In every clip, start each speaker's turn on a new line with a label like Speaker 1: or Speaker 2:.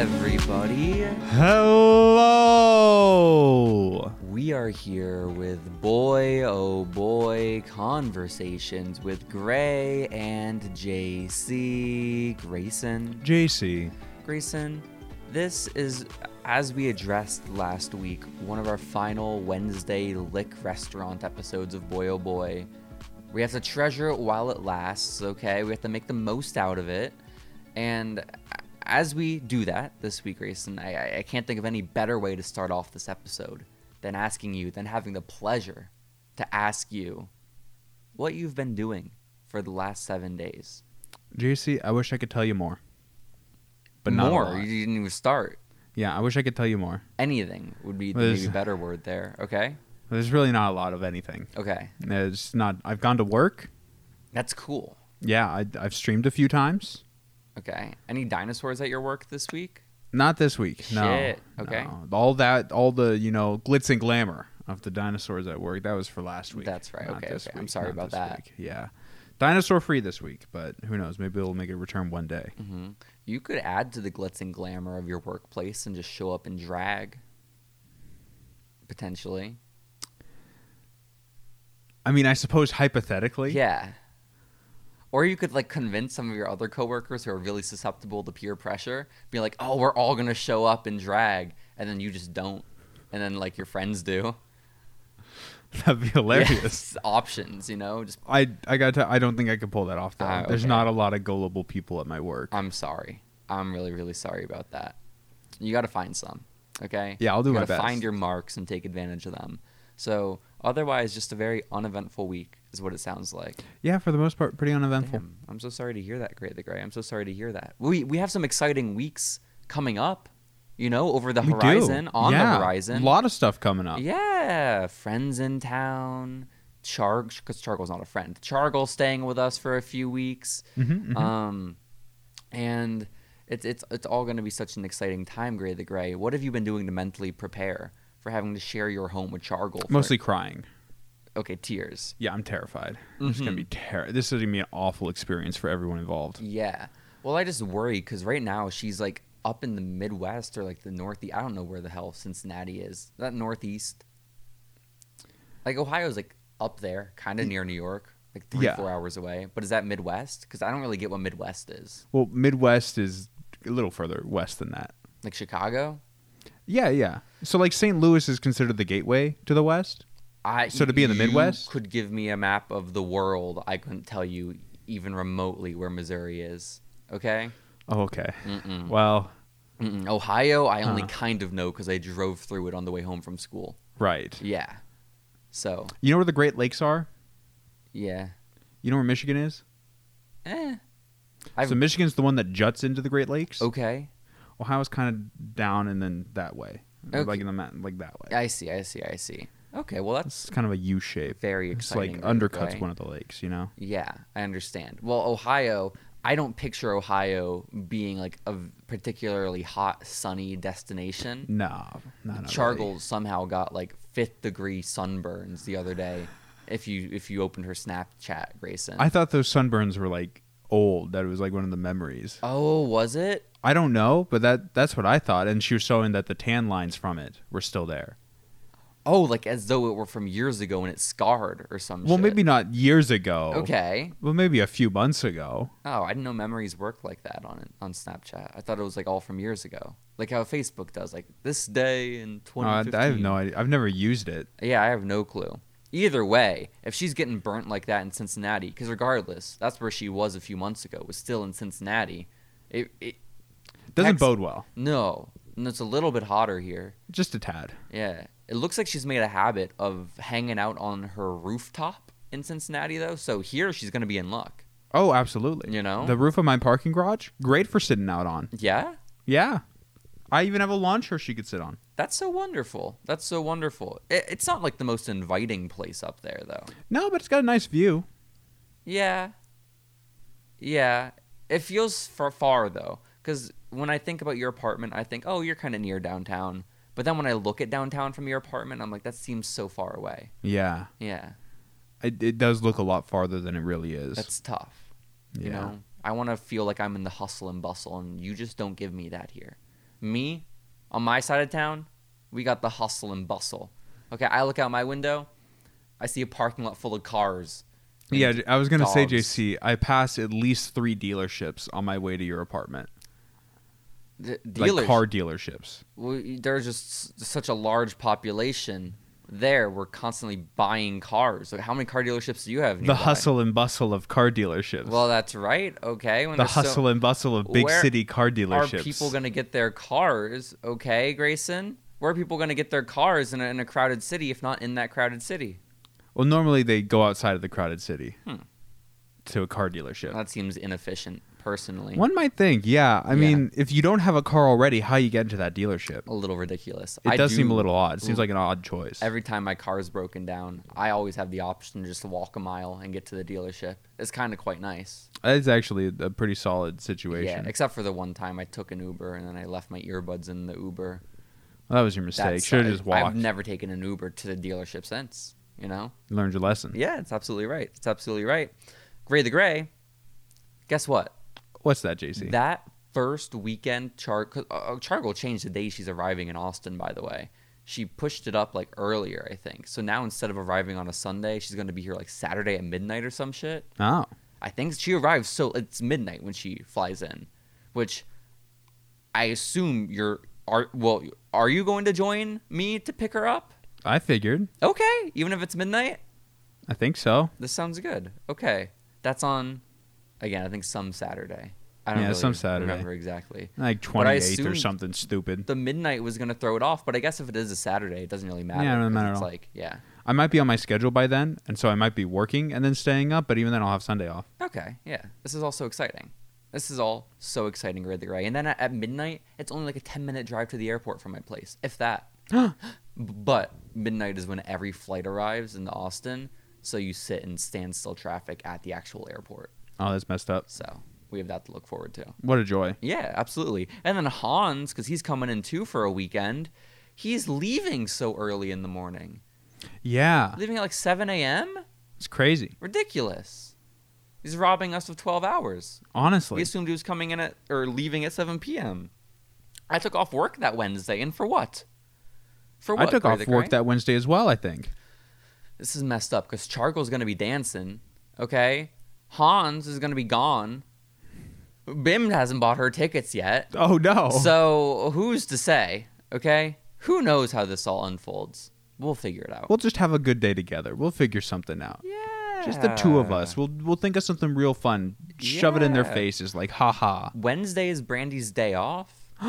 Speaker 1: everybody.
Speaker 2: Hello.
Speaker 1: We are here with boy oh boy conversations with Gray and JC. Grayson.
Speaker 2: JC.
Speaker 1: Grayson, this is, as we addressed last week, one of our final Wednesday Lick Restaurant episodes of Boy Oh Boy. We have to treasure it while it lasts, okay? We have to make the most out of it. And as we do that this week, Grayson, I- I, I can't think of any better way to start off this episode than asking you, than having the pleasure to ask you what you've been doing for the last seven days.
Speaker 2: JC, I wish I could tell you more. But not a
Speaker 1: more.
Speaker 2: lot.
Speaker 1: You didn't even start.
Speaker 2: Yeah, I wish I could tell you more.
Speaker 1: anything would be
Speaker 2: Well,
Speaker 1: maybe
Speaker 2: there's-
Speaker 1: a better word there. Okay.
Speaker 2: There's really not a lot of anything.
Speaker 1: Okay.
Speaker 2: It's not I've gone to work.
Speaker 1: That's cool.
Speaker 2: Yeah, I have streamed a few times.
Speaker 1: Okay. Any dinosaurs at your work this week?
Speaker 2: Not this week. No.
Speaker 1: Shit, okay.
Speaker 2: no. All that all the, you know, glitz and glamour of the dinosaurs at work, that was for last week.
Speaker 1: That's right,
Speaker 2: Not
Speaker 1: okay,
Speaker 2: this
Speaker 1: okay. I'm
Speaker 2: week,
Speaker 1: sorry
Speaker 2: not
Speaker 1: about
Speaker 2: this
Speaker 1: that.
Speaker 2: week. Yeah. Dinosaur free this week, but who knows? Maybe we'll make a return one day.
Speaker 1: hmm You could add to the glitz and glamour of your workplace and just show up and drag. Potentially.
Speaker 2: I mean, I suppose hypothetically.
Speaker 1: Yeah. Or you could like convince some of your other coworkers who are really susceptible to peer pressure, be like, "Oh, we're all gonna show up and drag," and then you just don't, and then like your friends do.
Speaker 2: That'd be hilarious.
Speaker 1: Yes, options, you know. Just
Speaker 2: I I got to. I don't think I could pull that off. Though
Speaker 1: Ah,
Speaker 2: there's
Speaker 1: okay. Um,
Speaker 2: not a lot of gullible people at my work.
Speaker 1: I'm sorry. I'm really, really sorry about that. You got to find some, okay?
Speaker 2: Yeah, I'll do
Speaker 1: you
Speaker 2: my
Speaker 1: gotta
Speaker 2: best.
Speaker 1: Find your marks and take advantage of them. So otherwise, just a very uneventful week is what it sounds like.
Speaker 2: yeah, for the most part, pretty uneventful.
Speaker 1: Damn, I'm so sorry to hear that, Gray the Gray. I'm so sorry to hear that. We we have some exciting weeks coming up, you know, over the
Speaker 2: We do.
Speaker 1: horizon, on
Speaker 2: Yeah,
Speaker 1: the horizon.
Speaker 2: A lot of stuff coming up.
Speaker 1: Yeah, friends in town. Char, because Chargle's not a friend. Chargle's staying with us for a few weeks.
Speaker 2: Mhm, mhm.
Speaker 1: Um, and it's it's it's all going to be such an exciting time, Gray the Gray. What have you been doing to mentally prepare for having to share your home with Chargle? for-
Speaker 2: Mostly crying.
Speaker 1: okay, tears.
Speaker 2: Yeah, I'm terrified. It's gonna
Speaker 1: Mhm.
Speaker 2: be ter- This is gonna be an awful experience for everyone involved.
Speaker 1: Yeah. Well, I just worry because right now she's like up in the Midwest or like the Northeast. I don't know where the hell Cincinnati is. Is that Northeast? Like Ohio's like up there, kind of near New York, like three,
Speaker 2: Mm. Yeah.
Speaker 1: four hours away. But is that Midwest? Because I don't really get what Midwest is.
Speaker 2: Well, Midwest is a little further west than that.
Speaker 1: Like Chicago?
Speaker 2: Yeah, yeah. So like St. Louis is considered the gateway to the west.
Speaker 1: I,
Speaker 2: So to be in the
Speaker 1: you
Speaker 2: Midwest?
Speaker 1: could give me a map of the world. I couldn't tell you even remotely where Missouri is. Okay?
Speaker 2: Oh, okay.
Speaker 1: Mm-mm.
Speaker 2: Well,
Speaker 1: Mm-mm. Ohio, I only
Speaker 2: Huh.
Speaker 1: kind of know because I drove through it on the way home from school.
Speaker 2: right.
Speaker 1: Yeah. So,
Speaker 2: You know where the Great Lakes are?
Speaker 1: yeah.
Speaker 2: You know where Michigan is?
Speaker 1: Eh. I've, Oh,
Speaker 2: so Michigan's the one that juts into the Great Lakes.
Speaker 1: okay.
Speaker 2: Ohio's kind of down and then that way,
Speaker 1: Okay.
Speaker 2: like in the mountain, like that way.
Speaker 1: I see. I see. I see. Okay. Well, that's
Speaker 2: It's kind of a U shape.
Speaker 1: very
Speaker 2: It's
Speaker 1: exciting.
Speaker 2: like
Speaker 1: right
Speaker 2: undercuts
Speaker 1: away.
Speaker 2: one of the lakes, you know.
Speaker 1: Yeah, I understand. Well, Ohio, I don't picture Ohio being like a v- particularly hot, sunny destination.
Speaker 2: No, no, no.
Speaker 1: Chargles somehow got like fifth degree sunburns the other day. If you if you opened her Snapchat, Grayson.
Speaker 2: I thought those sunburns were like old. That it was like one of the memories.
Speaker 1: oh, was it?
Speaker 2: I don't know, but that that's what I thought. And she was showing that the tan lines from it were still there.
Speaker 1: Oh, like as though it were from years ago and it scarred or some.
Speaker 2: Well,
Speaker 1: shit.
Speaker 2: maybe not years ago.
Speaker 1: Okay.
Speaker 2: Well, maybe a few months ago. Uh,
Speaker 1: Oh, I didn't know memories work like that on on Snapchat. I thought it was like all from years ago, like how Facebook does, like this day in
Speaker 2: No, Uh, I,
Speaker 1: 2015.
Speaker 2: I have no idea. I've never used it.
Speaker 1: Yeah, I have no clue. Either way, if she's getting burnt like that in Cincinnati, because regardless, that's where she was a few months ago. Was still in Cincinnati. It, it
Speaker 2: Doesn't
Speaker 1: Tex-
Speaker 2: bode well.
Speaker 1: no, and it's a little bit hotter here.
Speaker 2: Just a tad.
Speaker 1: Yeah, it looks like she's made a habit of hanging out on her rooftop in Cincinnati though. So here she's gonna be in luck.
Speaker 2: Oh, absolutely.
Speaker 1: You know?
Speaker 2: the roof of my parking garage, great for sitting out on.
Speaker 1: Yeah.
Speaker 2: Yeah. I even have a lawn chair she could sit on.
Speaker 1: That's so wonderful. That's so wonderful. It, it's not like the most inviting place up there, though.
Speaker 2: No, but it's got a nice view.
Speaker 1: Yeah. Yeah. It feels far, far though. Because when I think about your apartment, I think, oh, you're kind of near downtown. But then when I look at downtown from your apartment, I'm like, that seems so far away.
Speaker 2: Yeah.
Speaker 1: Yeah.
Speaker 2: It, it does look a lot farther than it really is.
Speaker 1: That's tough.
Speaker 2: yeah.
Speaker 1: You know? I want to feel like I'm in the hustle and bustle, and you just don't give me that here. Me, on my side of town, we got the hustle and bustle. Okay, I look out my window, I see a parking lot full of cars. and
Speaker 2: Yeah, I was gonna say,
Speaker 1: dogs.
Speaker 2: JC, I passed at least three dealerships on my way to your apartment,
Speaker 1: D- dealers.
Speaker 2: like car dealerships.
Speaker 1: we, there's just s- such a large population there. We're constantly buying cars. Like, how many car dealerships do you have?
Speaker 2: The
Speaker 1: nearby?
Speaker 2: hustle and bustle of car dealerships.
Speaker 1: Well, that's right. Okay. When
Speaker 2: the
Speaker 1: there's so-
Speaker 2: hustle and bustle of big
Speaker 1: Where
Speaker 2: city car
Speaker 1: are
Speaker 2: dealerships.
Speaker 1: people going to get their cars? Okay, Grayson. Where are people going to get their cars in a, in a crowded city if not in that crowded city?
Speaker 2: well, normally they go outside of the crowded city
Speaker 1: Hmm.
Speaker 2: to a car dealership.
Speaker 1: That seems inefficient, personally.
Speaker 2: One might think, yeah. I
Speaker 1: Yeah.
Speaker 2: mean, if you don't have a car already, how you get into that dealership?
Speaker 1: A little ridiculous.
Speaker 2: It
Speaker 1: I
Speaker 2: does seem a
Speaker 1: do-
Speaker 2: little odd. It seems
Speaker 1: Ooh.
Speaker 2: like an odd choice.
Speaker 1: Every time my car is broken down, I always have the option to just walk a mile and get to the dealership. It's kind of quite nice.
Speaker 2: That's actually a pretty solid situation.
Speaker 1: Yeah, except for the one time I took an Uber and then I left my earbuds in the Uber.
Speaker 2: that was your mistake.
Speaker 1: That's-
Speaker 2: Should have just
Speaker 1: I-
Speaker 2: walked.
Speaker 1: I've never taken an Uber to the dealership since. You know?
Speaker 2: Learned your lesson.
Speaker 1: Yeah, it's absolutely right. It's absolutely right. Gray the Gray. Guess what?
Speaker 2: What's that, JC?
Speaker 1: That first weekend, Char cause, uh, Chargo changed the day she's arriving in Austin. By the way, she pushed it up like earlier, I think. So now instead of arriving on a Sunday, she's going to be here like Saturday at midnight or some shit.
Speaker 2: oh,
Speaker 1: I think she arrives so it's midnight when she flies in, which I assume you're are well are you going to join me to pick her up?
Speaker 2: I figured.
Speaker 1: Okay, even if it's midnight,
Speaker 2: I think so.
Speaker 1: this sounds good. Okay, that's on again. I think some Saturday. I don't
Speaker 2: Yeah,
Speaker 1: really
Speaker 2: some Saturday.
Speaker 1: remember exactly.
Speaker 2: Like
Speaker 1: But I
Speaker 2: 28th or
Speaker 1: assumed-
Speaker 2: something stupid.
Speaker 1: The midnight was gonna throw it off, but I guess if it is a Saturday, it doesn't really matter.
Speaker 2: Yeah, it doesn't
Speaker 1: 'cause
Speaker 2: matter at
Speaker 1: It's
Speaker 2: all.
Speaker 1: like yeah,
Speaker 2: I might be on my schedule by then, and so I might be working and then staying up, but even then I'll have Sunday off.
Speaker 1: okay, yeah. This is all so exciting. This is all so exciting, Red the Gray. And then at, at midnight, it's only like a ten minute drive to the airport from my place, if that. But midnight is when every flight arrives in Austin, so you sit in standstill traffic at the actual airport.
Speaker 2: Oh, that's messed up.
Speaker 1: So we have that to look forward to.
Speaker 2: What a joy.
Speaker 1: Yeah, absolutely. And then Hans, because he's coming in too for a weekend, he's leaving so early in the morning,
Speaker 2: Yeah.
Speaker 1: leaving at like 7 a.m.
Speaker 2: It's crazy.
Speaker 1: Ridiculous. He's robbing us of 12 hours. We
Speaker 2: Honestly.
Speaker 1: assumed he was coming in at or leaving at 7 p.m. I took off work that Wednesday, and for what? For
Speaker 2: I
Speaker 1: what?
Speaker 2: took
Speaker 1: Gray
Speaker 2: off
Speaker 1: the
Speaker 2: work
Speaker 1: Gray?
Speaker 2: that Wednesday as well, I think.
Speaker 1: this is messed up because Charcoal's gonna be dancing, okay? Hans is gonna be gone. Bim hasn't bought her tickets yet.
Speaker 2: Oh no.
Speaker 1: So who's to say, okay? Who knows how this all unfolds? We'll figure it out.
Speaker 2: we'll just have a good day together. We'll figure something out.
Speaker 1: yeah.
Speaker 2: Just the two of us. We'll we'll think of something real fun. Shove it in their
Speaker 1: Yeah.
Speaker 2: faces like ha ha.
Speaker 1: Wednesday is Brandy's day off. we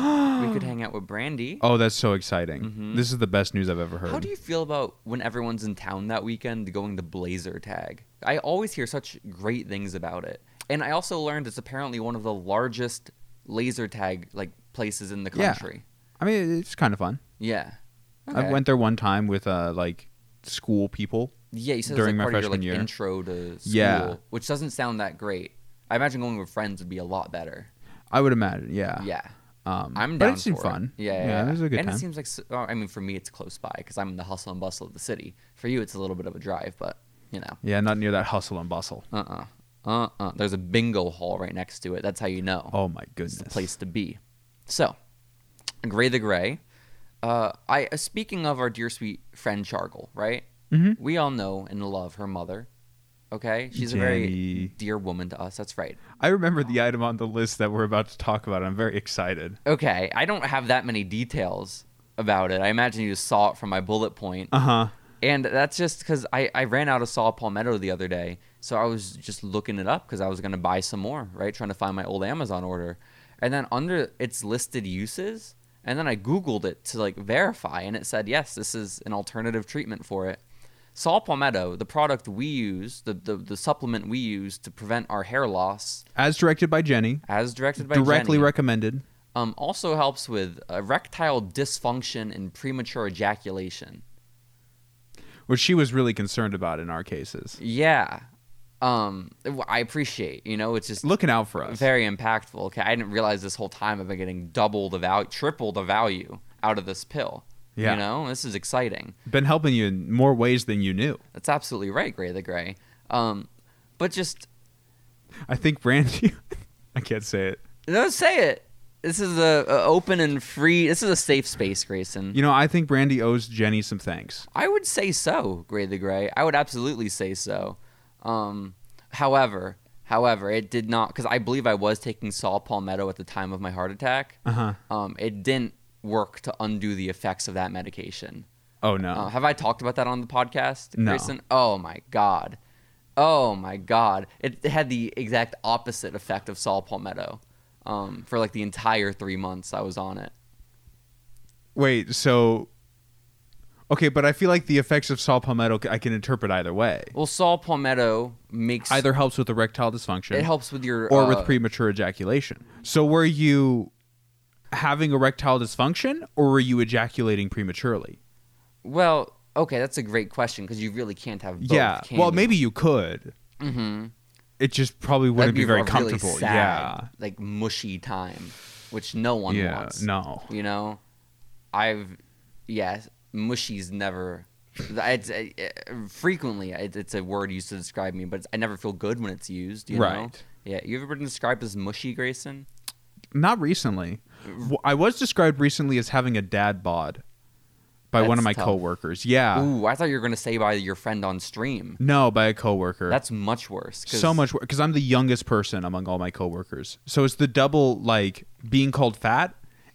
Speaker 1: could hang out with Brandy.
Speaker 2: Oh, that's so exciting.
Speaker 1: Mhm.
Speaker 2: This is the best news I've ever heard.
Speaker 1: How do you feel about when everyone's in town that weekend going to Blazer Tag? I always hear such great things about it. And I also learned it's apparently one of the largest laser tag like places in the
Speaker 2: Yeah.
Speaker 1: country.
Speaker 2: I mean, it's kind of fun.
Speaker 1: Yeah.
Speaker 2: I
Speaker 1: Okay.
Speaker 2: went there one time with uh like school people.
Speaker 1: Yeah, you said
Speaker 2: during
Speaker 1: it's
Speaker 2: my
Speaker 1: like part of your
Speaker 2: freshman
Speaker 1: like
Speaker 2: year.
Speaker 1: intro to school,
Speaker 2: Yeah.
Speaker 1: which doesn't sound that great. I imagine going with friends would be a lot better.
Speaker 2: I would imagine. Yeah.
Speaker 1: Yeah,
Speaker 2: Um,
Speaker 1: I'm down
Speaker 2: but it seemed
Speaker 1: for
Speaker 2: fun.
Speaker 1: Yeah, yeah,
Speaker 2: it was a good
Speaker 1: and
Speaker 2: time.
Speaker 1: it seems like s- oh, I mean, for me, it's close by because I'm in the hustle and bustle of the city. For you, it's a little bit of a drive, but you know,
Speaker 2: yeah, not near that hustle and bustle.
Speaker 1: uh uh-uh, uh, There's a bingo hall right next to it. That's how you know
Speaker 2: Oh my goodness.
Speaker 1: it's the place to be. So, Gray the Gray. Uh, I uh, speaking of our dear sweet friend Chargle, right?
Speaker 2: hmm
Speaker 1: We all know and love her mother. Okay, she's a
Speaker 2: Jenny.
Speaker 1: very dear woman to us. That's right.
Speaker 2: I remember the item on the list that we're about to talk about. I'm very excited.
Speaker 1: Okay, I don't have that many details about it. I imagine you just saw it from my bullet point.
Speaker 2: Uh huh.
Speaker 1: And that's just because I, I ran out of saw palmetto the other day. So I was just looking it up because I was going to buy some more, right? Trying to find my old Amazon order. And then under its listed uses, and then I Googled it to like verify, and it said, yes, this is an alternative treatment for it. Saw palmetto, the product we use, the, the, the supplement we use to prevent our hair loss,
Speaker 2: As directed by Jenny.
Speaker 1: as directed by
Speaker 2: directly
Speaker 1: Jenny,
Speaker 2: recommended.
Speaker 1: um, also helps with erectile dysfunction and premature ejaculation.
Speaker 2: Which she was really concerned about in our cases.
Speaker 1: Yeah. Um, w- I appreciate, you know, it's just
Speaker 2: Looking out for us.
Speaker 1: very impactful. Okay. I didn't realize this whole time I've been getting double the value, triple the value out of this pill.
Speaker 2: Yeah.
Speaker 1: You know, this is exciting.
Speaker 2: Been helping you in more ways than you knew.
Speaker 1: That's absolutely right, Gray the Gray. Um, but just,
Speaker 2: I think Brandy. I can't say it.
Speaker 1: no, say it. This is a, a open and free. This is a safe space, Grayson.
Speaker 2: You know, I think Brandy owes Jenny some thanks.
Speaker 1: I would say so, Gray the Gray. I would absolutely say so. Um, however, however, it did not because I believe I was taking Saul Palmetto at the time of my heart attack.
Speaker 2: Uh huh.
Speaker 1: Um, it didn't work to undo the effects of that medication.
Speaker 2: Oh no.
Speaker 1: Uh, have I talked about that on the podcast,
Speaker 2: No.
Speaker 1: Grayson? Oh my god. Oh my god. It, it had the exact opposite effect of Saul Palmetto. Um, for like the entire three months I was on it.
Speaker 2: Wait. So. Okay, but I feel like the effects of Saul Palmetto I can interpret either way.
Speaker 1: Well, Saul Palmetto makes
Speaker 2: Either helps with erectile dysfunction.
Speaker 1: it helps with your
Speaker 2: or
Speaker 1: uh,
Speaker 2: with premature ejaculation. So were you having erectile dysfunction or were you ejaculating prematurely?
Speaker 1: Well, okay, that's a great question because you really can't have both.
Speaker 2: yeah.
Speaker 1: can
Speaker 2: Well,
Speaker 1: you?
Speaker 2: maybe you could.
Speaker 1: Mhm.
Speaker 2: It just probably
Speaker 1: That'd
Speaker 2: wouldn't be, very
Speaker 1: a really
Speaker 2: comfortable.
Speaker 1: sad,
Speaker 2: yeah.
Speaker 1: like mushy time, which no one
Speaker 2: yeah.
Speaker 1: wants.
Speaker 2: No.
Speaker 1: you know, I've yes, mushy's never. It's it, frequently it, it's a word used to describe me, but it's, I never feel good when it's used. You know?
Speaker 2: Right.
Speaker 1: Yeah. You ever been described as mushy, Grayson?
Speaker 2: Not recently. W- I was described recently as having a dad bod by one of
Speaker 1: That's
Speaker 2: my
Speaker 1: tough.
Speaker 2: coworkers. Yeah.
Speaker 1: Ooh, I thought you were gonna say by your friend on stream.
Speaker 2: No, by a coworker.
Speaker 1: That's much worse. 'cause-
Speaker 2: so much because I'm the youngest person among all my coworkers. So it's the double like being called fat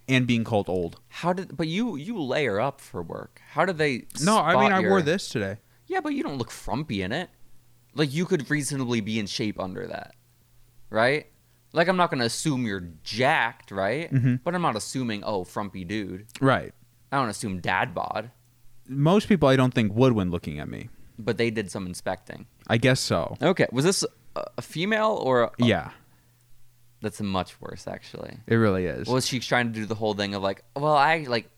Speaker 2: and being called old.
Speaker 1: How did? But you you layer up for work. How did they?
Speaker 2: No, I mean
Speaker 1: spot
Speaker 2: I
Speaker 1: your-
Speaker 2: wore this today.
Speaker 1: Yeah, but you don't look frumpy in it. Like you could reasonably be in shape under that, right? Like I'm not gonna assume you're jacked, right?
Speaker 2: Mhm.
Speaker 1: But I'm not assuming oh frumpy dude.
Speaker 2: Right.
Speaker 1: I don't assume dad bod,
Speaker 2: Most people I don't think would when looking at me.
Speaker 1: but they did some inspecting.
Speaker 2: I guess so.
Speaker 1: Okay, was this a, a female or? A,
Speaker 2: Yeah,
Speaker 1: that's much worse actually.
Speaker 2: it really is.
Speaker 1: Was she trying to do the whole thing of like, well, I like,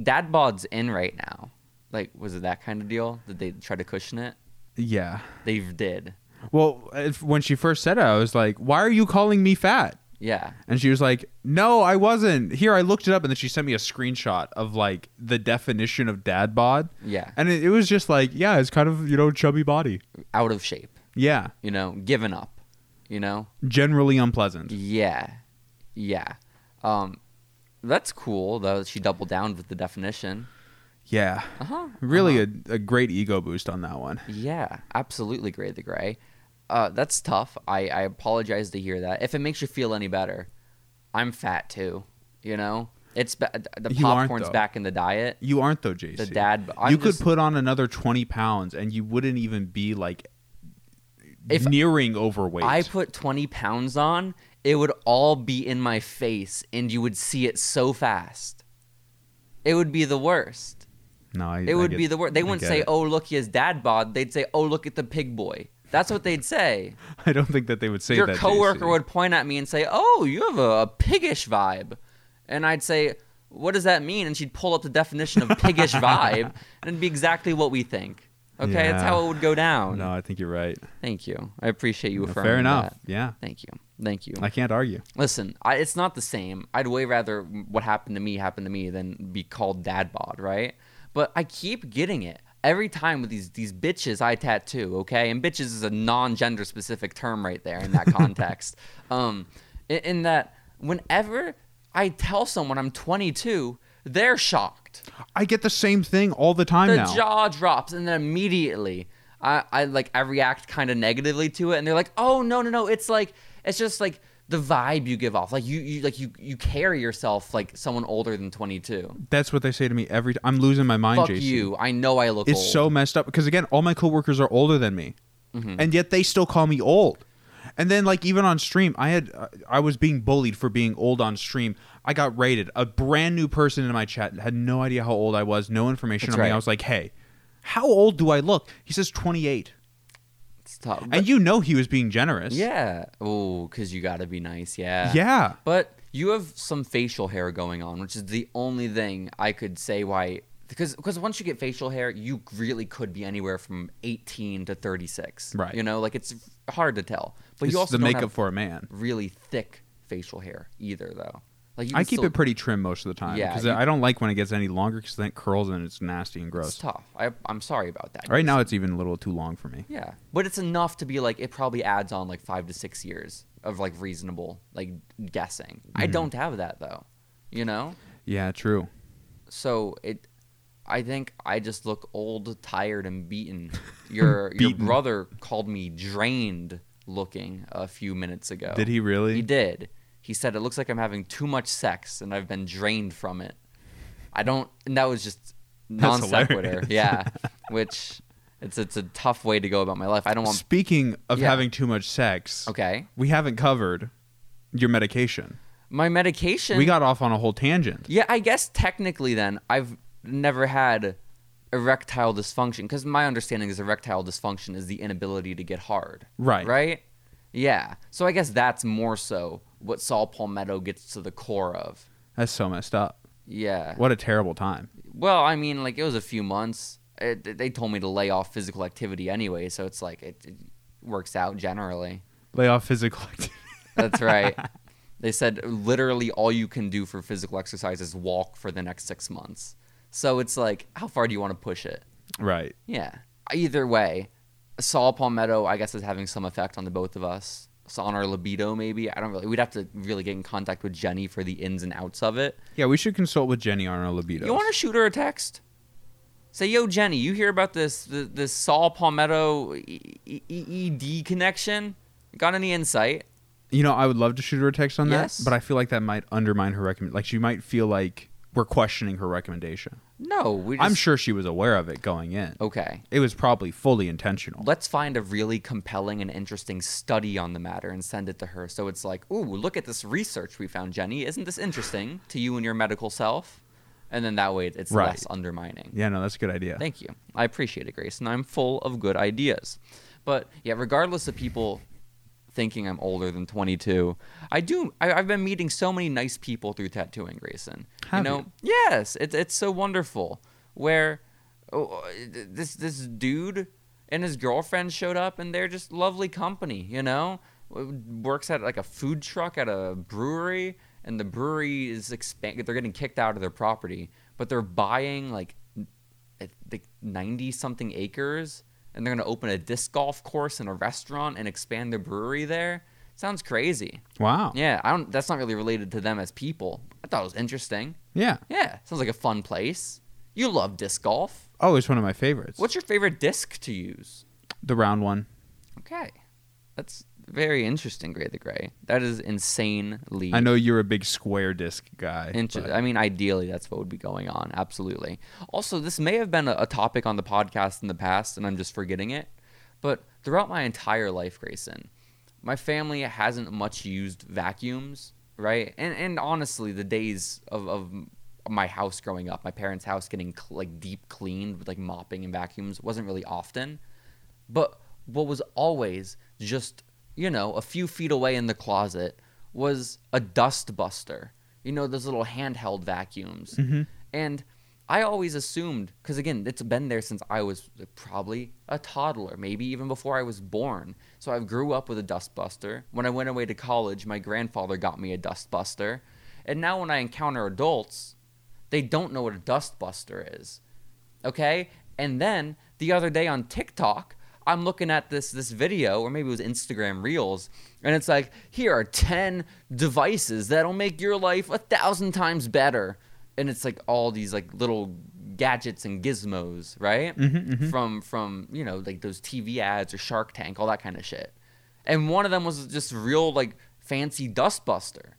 Speaker 1: dad bod's in right now. Like, was it that kind of deal? Did they try to cushion it?
Speaker 2: yeah.
Speaker 1: They did.
Speaker 2: Well, if, when she first said it, I was like, "Why are you calling me fat?"
Speaker 1: Yeah.
Speaker 2: And she was like, "No, I wasn't." Here, I looked it up, and then she sent me a screenshot of like the definition of dad bod,
Speaker 1: Yeah.
Speaker 2: and it, it was just like, "Yeah, it's kind of you know chubby body."
Speaker 1: Out of shape,
Speaker 2: Yeah,
Speaker 1: you know, given up, you know?
Speaker 2: generally unpleasant.
Speaker 1: Yeah. Yeah. Um that's cool though that she doubled down with the definition.
Speaker 2: Yeah,
Speaker 1: Uh-huh.
Speaker 2: really A, a great ego boost on that one.
Speaker 1: Yeah, absolutely Gray the Gray. Uh that's tough. I I apologize to hear that. If it makes you feel any better, I'm fat too, you know? It's ba- the
Speaker 2: You aren't,
Speaker 1: popcorn's
Speaker 2: though.
Speaker 1: back in the diet.
Speaker 2: You aren't though, JC.
Speaker 1: The dad I'm
Speaker 2: you
Speaker 1: just-
Speaker 2: could put on another 20 pounds and you wouldn't even be like
Speaker 1: If-
Speaker 2: nearing overweight.
Speaker 1: I put 20 pounds on, it would all be in my face and you would see it so fast. It would be the worst.
Speaker 2: no, I,
Speaker 1: It would be the worst. They
Speaker 2: I
Speaker 1: wouldn't
Speaker 2: get
Speaker 1: say,
Speaker 2: it.
Speaker 1: "Oh, look, he has dad bod." They'd say, "Oh, look at the pig boy." That's what they'd say.
Speaker 2: I don't think that they would say
Speaker 1: Your
Speaker 2: that.
Speaker 1: coworker
Speaker 2: JC.
Speaker 1: would point at me and say, "Oh, you have a, a piggish vibe," and I'd say, "What does that mean?" And she'd pull up the definition of piggish vibe, and it'd be exactly what we think. Okay, that's
Speaker 2: Yeah.
Speaker 1: how it would go down.
Speaker 2: No, I think you're right.
Speaker 1: Thank you. I appreciate you
Speaker 2: No,
Speaker 1: affirming
Speaker 2: fair enough.
Speaker 1: that.
Speaker 2: Yeah.
Speaker 1: Thank you. Thank you.
Speaker 2: I can't argue.
Speaker 1: Listen, I, it's not the same. I'd way rather what happened to me happen to me than be called dad bod, right? But I keep getting it every time with these these bitches I tattoo, okay? And bitches is a non-gender specific term right there in that context. um, in, in that whenever I tell someone I'm 22, they're shocked.
Speaker 2: I get the same thing all the time
Speaker 1: Their
Speaker 2: now.
Speaker 1: jaw drops, and then immediately I, I like I react kind of negatively to it, and they're like, "Oh no, no, no! It's like it's just like the vibe you give off. Like you, you like you you carry yourself like someone older than 22.
Speaker 2: That's what they say to me every time. I'm losing my mind,
Speaker 1: Fuck
Speaker 2: JC.
Speaker 1: you! I know I look
Speaker 2: It's
Speaker 1: old. Mm-hmm.
Speaker 2: so messed up because again, all my coworkers are older than me, and yet they still call me old. And then, like even on stream, I had uh, I was being bullied for being old on stream. I got rated. A brand new person in my chat had no idea how old I was, no information
Speaker 1: That's
Speaker 2: on me.
Speaker 1: right.
Speaker 2: I was like, "Hey, how old do I look?" He says twenty eight,
Speaker 1: It's tough.
Speaker 2: and you know he was being generous.
Speaker 1: yeah. Oh, because you gotta be nice. Yeah.
Speaker 2: yeah.
Speaker 1: But you have some facial hair going on, which is the only thing I could say why. Because because once you get facial hair, you really could be anywhere from 18 to 36.
Speaker 2: Right.
Speaker 1: You know, like it's hard to tell. But
Speaker 2: It's
Speaker 1: you also
Speaker 2: the
Speaker 1: don't
Speaker 2: makeup
Speaker 1: have
Speaker 2: for a man.
Speaker 1: really thick facial hair either, though. Like you
Speaker 2: I
Speaker 1: can
Speaker 2: keep
Speaker 1: still-
Speaker 2: it pretty trim most of the time
Speaker 1: Yeah,
Speaker 2: because
Speaker 1: you-
Speaker 2: I don't like when it gets any longer because then it curls and it's nasty and
Speaker 1: It's
Speaker 2: gross.
Speaker 1: tough. I, I'm sorry about that.
Speaker 2: Right now, it's even a little too long for me.
Speaker 1: Yeah, but it's enough to be like it probably adds on like five to six years of like reasonable like guessing.
Speaker 2: Mm-hmm.
Speaker 1: I don't have that though, you know.
Speaker 2: Yeah, true.
Speaker 1: So it, I think I just look old, tired, and beaten. Your
Speaker 2: Beaten.
Speaker 1: your brother called me drained looking a few minutes ago.
Speaker 2: Did he really?
Speaker 1: Oh. He did. He said it looks like I'm having too much sex and I've been drained from it. I don't. And that was just non
Speaker 2: That's
Speaker 1: sequitur.
Speaker 2: hilarious.
Speaker 1: Yeah, which it's it's a tough way to go about my life. I don't want.
Speaker 2: Speaking of
Speaker 1: Yeah.
Speaker 2: having too much sex,
Speaker 1: Okay.
Speaker 2: we haven't covered your medication.
Speaker 1: My medication.
Speaker 2: We got off on a whole tangent.
Speaker 1: Yeah, I guess technically then I've never had erectile dysfunction because my understanding is erectile dysfunction is the inability to get hard.
Speaker 2: Right.
Speaker 1: Right. Yeah. So I guess that's more so what Saul Palmetto gets to the core of.
Speaker 2: That's so messed up.
Speaker 1: Yeah.
Speaker 2: What a terrible time.
Speaker 1: Well, I mean, like it was a few months. It, they told me to lay off physical activity anyway, so it's like it, it works out generally.
Speaker 2: Lay off physical activity.
Speaker 1: That's right. they said literally all you can do for physical exercise is walk for the next six months. So it's like, how far do you want to push it?
Speaker 2: right.
Speaker 1: Yeah. Either way, Saul Palmetto, I guess, is having some effect on the both of us. So on our libido, maybe. I don't really. We'd have to really get in contact with Jenny for the ins and outs of it.
Speaker 2: Yeah, we should consult with Jenny on our libido.
Speaker 1: You want to shoot her a text? Say, yo, Jenny, you hear about this th- this Saul Palmetto E- E- EED connection? Got any insight?
Speaker 2: You know, I would love to shoot her a text on
Speaker 1: Yes.
Speaker 2: that, but I feel like that might undermine her recommend. Like she might feel like we're questioning her recommendation.
Speaker 1: No, we. Just,
Speaker 2: I'm sure she was aware of it going in.
Speaker 1: Okay,
Speaker 2: It was probably fully intentional.
Speaker 1: let's find a really compelling and interesting study on the matter and send it to her. So it's like, ooh, look at this research we found, Jenny. Isn't this interesting to you and your medical self? And then that way, it's
Speaker 2: Right.
Speaker 1: less undermining.
Speaker 2: yeah, no, that's a good idea.
Speaker 1: Thank you. I appreciate it, Grace, and I'm full of good ideas. But yeah, regardless of people thinking I'm older than 22, I do. I, I've been meeting so many nice people through tattooing, Grayson.
Speaker 2: Have
Speaker 1: you know, yes, it's it's so wonderful. Where oh, this this dude and his girlfriend showed up, and they're just lovely company. You know, works at like a food truck at a brewery, and the brewery is expand. They're getting kicked out of their property, but they're buying like I think 90 something acres and they're going to open a disc golf course and a restaurant and expand their brewery there. Sounds crazy.
Speaker 2: Wow.
Speaker 1: Yeah, I don't that's not really related to them as people. I thought it was interesting.
Speaker 2: Yeah.
Speaker 1: Yeah, sounds like a fun place. You love disc golf.
Speaker 2: Oh, it's one of my favorites.
Speaker 1: What's your favorite disc to use?
Speaker 2: the round one?
Speaker 1: Okay. That's very interesting, Gray the Gray. That is insanely
Speaker 2: I know you're a big square disc guy.
Speaker 1: Inter-
Speaker 2: but-
Speaker 1: I mean, ideally, that's what would be going on. Absolutely. Also, this may have been a, a topic on the podcast in the past, and I'm just forgetting it. But throughout my entire life, Grayson, my family hasn't much used vacuums, right? And and honestly, the days of, of my house growing up, my parents' house getting cl- like deep cleaned with like mopping and vacuums wasn't really often. But what was always just, you know, a few feet away in the closet was a dust buster. You know, those little handheld vacuums. And I always assumed, because again, it's been there since I was probably a toddler, maybe even before I was born. So I grew up with a dust buster. When I went away to college, my grandfather got me a dust buster. And now when I encounter adults, they don't know what a dust buster is okay and then the other day on tiktok i'm looking at this this video or maybe it was instagram reels and it's like here are 10 devices that'll make your life a thousand times better and it's like all these like little gadgets and gizmos right from from you know like those tv ads or shark tank all that kind of shit and one of them was just real like fancy dustbuster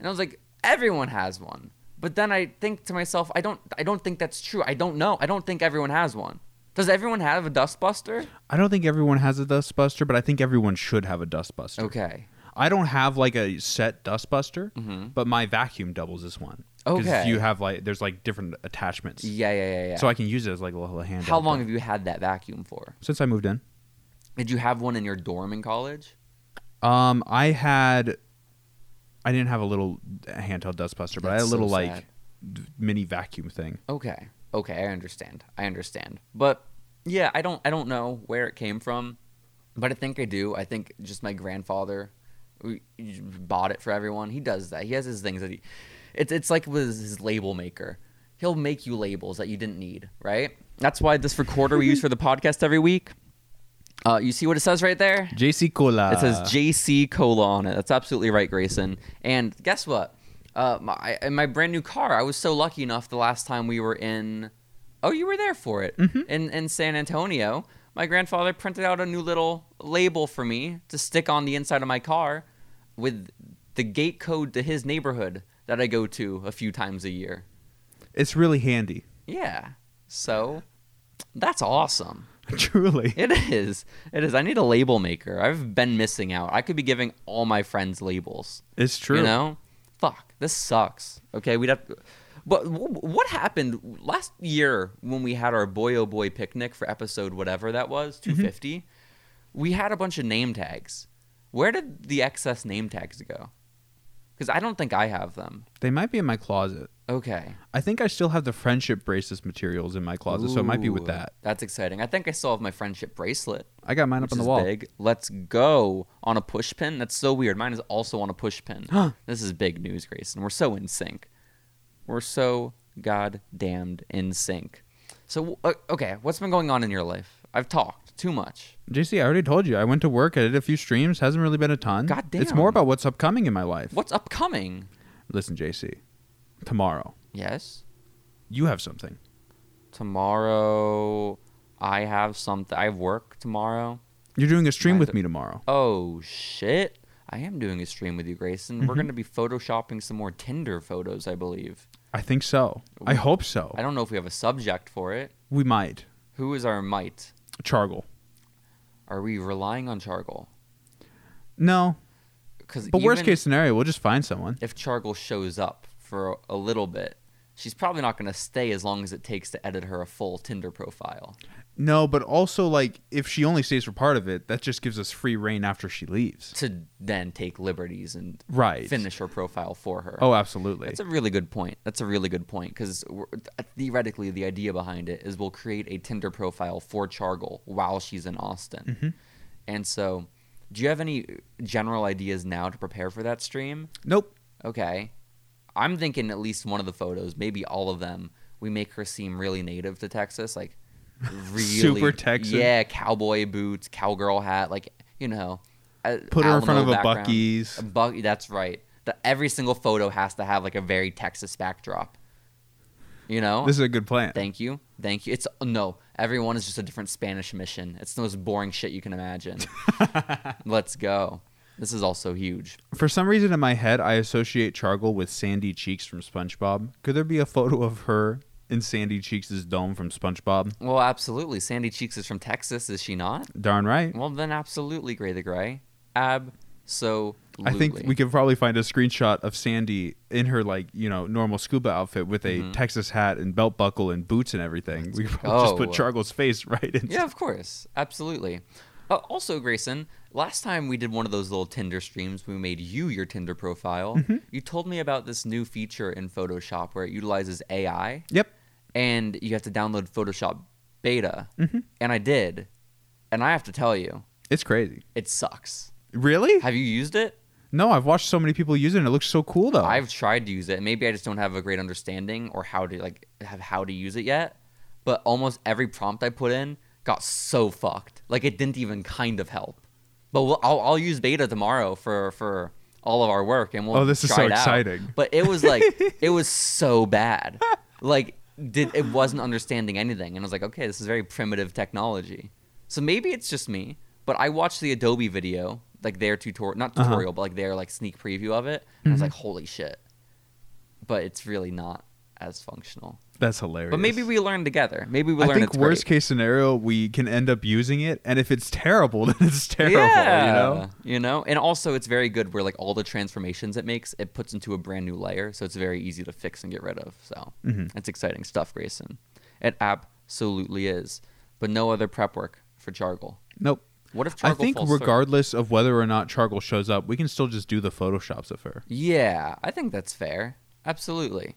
Speaker 1: and I was like, everyone has one. But then I think to myself, I don't I don't think that's true. I don't know. I don't think everyone has one. Does everyone have a dustbuster?
Speaker 2: I don't think everyone has a dustbuster, but I think everyone should have a dustbuster.
Speaker 1: Okay. Mm-hmm.
Speaker 2: I don't have like a set dustbuster, but my vacuum doubles as one. 'Cause
Speaker 1: Okay.
Speaker 2: You have like there's like different attachments,
Speaker 1: Yeah, yeah, yeah, yeah.
Speaker 2: so I can use it as like a little handle.
Speaker 1: How long have you had that vacuum for?
Speaker 2: since I moved in?
Speaker 1: Did you have one in your dorm in college?
Speaker 2: Um, I had, I didn't have a little handheld dustbuster, but I had a
Speaker 1: That's so
Speaker 2: little
Speaker 1: sad.
Speaker 2: like d- mini vacuum thing.
Speaker 1: Okay. Okay, I understand. I understand. But yeah, I don't I don't know where it came from, but I think I do. I think just my grandfather We- you just bought it for everyone. He does that. He has his things that he. It's it's like with his label maker. He'll make you labels that you didn't need, right? That's why this recorder we use for the podcast every week. Uh, you see what it says right there?
Speaker 2: JC Cola.
Speaker 1: It says JC Cola on it. That's absolutely right, Grayson. And guess what? Uh, my I- in my brand new car. I was so lucky enough the last time we were in. Oh, you were there for it in in San Antonio. My grandfather printed out a new little label for me to stick on the inside of my car, with the gate code to his neighborhood that I go to a few times a year.
Speaker 2: It's really handy.
Speaker 1: Yeah. So, that's awesome.
Speaker 2: Truly.
Speaker 1: It is. It is. I need a label maker. I've been missing out. I could be giving all my friends labels.
Speaker 2: It's true.
Speaker 1: You know? Fuck. This sucks. Okay, we'd have. But wh- what happened last year when we had our boy oh boy picnic for episode whatever that was,
Speaker 2: Mm-hmm.
Speaker 1: 250? We had a bunch of name tags. Where did the excess name tags go? Because I don't think I have them.
Speaker 2: They might be in my closet.
Speaker 1: Okay.
Speaker 2: I think I still have the friendship braces materials in my closet, Oh, so it might be
Speaker 1: Ooh,
Speaker 2: with that.
Speaker 1: That's exciting. I think I still have my friendship bracelet.
Speaker 2: I got mine
Speaker 1: which
Speaker 2: up on the
Speaker 1: is
Speaker 2: wall.
Speaker 1: Big. Let's go on a push pin. That's so weird. Mine is also on a push pin.
Speaker 2: Huh.
Speaker 1: This is big news, Grayson. We're so in sync. We're so goddamned in sync. So uh, okay, what's been going on in your life? I've talked too much.
Speaker 2: JC, I already told you. I went to work. I did a few streams. Hasn't really been a ton.
Speaker 1: God
Speaker 2: It's
Speaker 1: damn.
Speaker 2: more about what's upcoming in my life.
Speaker 1: What's upcoming?
Speaker 2: Listen, JC, tomorrow
Speaker 1: Yes,
Speaker 2: you have something.
Speaker 1: tomorrow I have something. I have work tomorrow.
Speaker 2: You're doing a stream
Speaker 1: Mine's
Speaker 2: with
Speaker 1: a-
Speaker 2: me tomorrow.
Speaker 1: Oh shit! I am doing a stream with you, Grayson.
Speaker 2: Mm-hmm.
Speaker 1: We're gonna be photoshopping some more Tinder photos, I believe.
Speaker 2: I think so. I hope so.
Speaker 1: I don't know if we have a subject for it.
Speaker 2: We might.
Speaker 1: Who is our might?
Speaker 2: Chargle.
Speaker 1: Are we relying on Chargle?
Speaker 2: No.
Speaker 1: Because
Speaker 2: But worst case scenario, we'll just find someone.
Speaker 1: if Chargle shows up for a little bit, she's probably not going to stay as long as it takes to edit her a full Tinder profile.
Speaker 2: No, but also like if she only stays for part of it, that just gives us free reign after she leaves.
Speaker 1: To then take liberties and
Speaker 2: Right.
Speaker 1: finish her profile for her.
Speaker 2: Oh, absolutely.
Speaker 1: That's a really good point. That's a really good point because theoretically, the idea behind it is we'll create a Tinder profile for Chargle while she's in Austin.
Speaker 2: Mm-hmm.
Speaker 1: And so, do you have any general ideas now to prepare for that stream?
Speaker 2: nope.
Speaker 1: Okay. I'm thinking at least one of the photos, maybe all of them, we make her seem really native to Texas, like really
Speaker 2: Super Texan.
Speaker 1: Yeah, cowboy boots, cowgirl hat, like you know. a-
Speaker 2: Put her in front of
Speaker 1: Alamo
Speaker 2: a
Speaker 1: background.
Speaker 2: Bucky's.
Speaker 1: A Buc- that's right. The, every single photo has to have like a very Texas backdrop. You know.
Speaker 2: This is a good plan.
Speaker 1: Thank you. Thank you. It's no, everyone is just a different Spanish mission. It's the most boring shit you can imagine. Let's go. This is also huge.
Speaker 2: For some reason in my head, I associate Chargle with Sandy Cheeks from SpongeBob. Could there be a photo of her in Sandy Cheeks' dome from SpongeBob?
Speaker 1: Well, absolutely. Sandy Cheeks is from Texas, is she not?
Speaker 2: Darn right.
Speaker 1: Well, then absolutely, Gray the Gray. Absolutely.
Speaker 2: I think we could probably find a screenshot of Sandy in her like you know normal scuba outfit with a
Speaker 1: Mm-hmm.
Speaker 2: Texas hat and belt buckle and boots and everything. We could probably just put
Speaker 1: go.
Speaker 2: Chargle's face right in.
Speaker 1: Oh. Yeah, of course. Absolutely. Uh, also, Grayson, last time we did one of those little Tinder streams, we made you your Tinder profile. You told me about this new feature in Photoshop where it utilizes AI
Speaker 2: Yep.
Speaker 1: and you have to download Photoshop beta. And I did. And I have to tell you,
Speaker 2: It's crazy.
Speaker 1: it sucks.
Speaker 2: Really?
Speaker 1: Have you used it?
Speaker 2: No, I've watched so many people use it and it looks so cool though.
Speaker 1: I've tried to use it. Maybe I just don't have a great understanding or how to like have how to use it yet. But almost every prompt I put in got so fucked. Like it didn't even kind of help. But we'll, I'll, I'll use beta tomorrow for for all of our work, and we'll.
Speaker 2: Oh, this is
Speaker 1: try
Speaker 2: so
Speaker 1: it out.
Speaker 2: exciting.
Speaker 1: But it was like it was so bad. Like did it wasn't understanding anything, and I was like, okay, this is very primitive technology. So maybe it's just me. But I watched the Adobe video, like their tutorial, not
Speaker 2: Uh-huh. Mm-hmm.
Speaker 1: tutorial, but like their like sneak preview of it, and I was like, holy shit but it's really not as functional.
Speaker 2: That's hilarious.
Speaker 1: But maybe we learn together. Maybe we
Speaker 2: I
Speaker 1: learn.
Speaker 2: think
Speaker 1: it's
Speaker 2: worst
Speaker 1: great.
Speaker 2: case scenario we can end up using it, and if it's terrible, then it's terrible. You know.
Speaker 1: you know, and also it's very good where like all the transformations it makes, it puts into a brand new layer, so it's very easy to fix and get rid of. So
Speaker 2: Mm-hmm.
Speaker 1: it's exciting stuff, Grayson. It absolutely is, but no other prep work for Chargle.
Speaker 2: Nope.
Speaker 1: What if
Speaker 2: I
Speaker 1: Chargle
Speaker 2: think
Speaker 1: falls through?
Speaker 2: regardless of whether or not Chargle shows up, we can still just do the photoshops of her.
Speaker 1: Yeah, I think that's fair. Absolutely.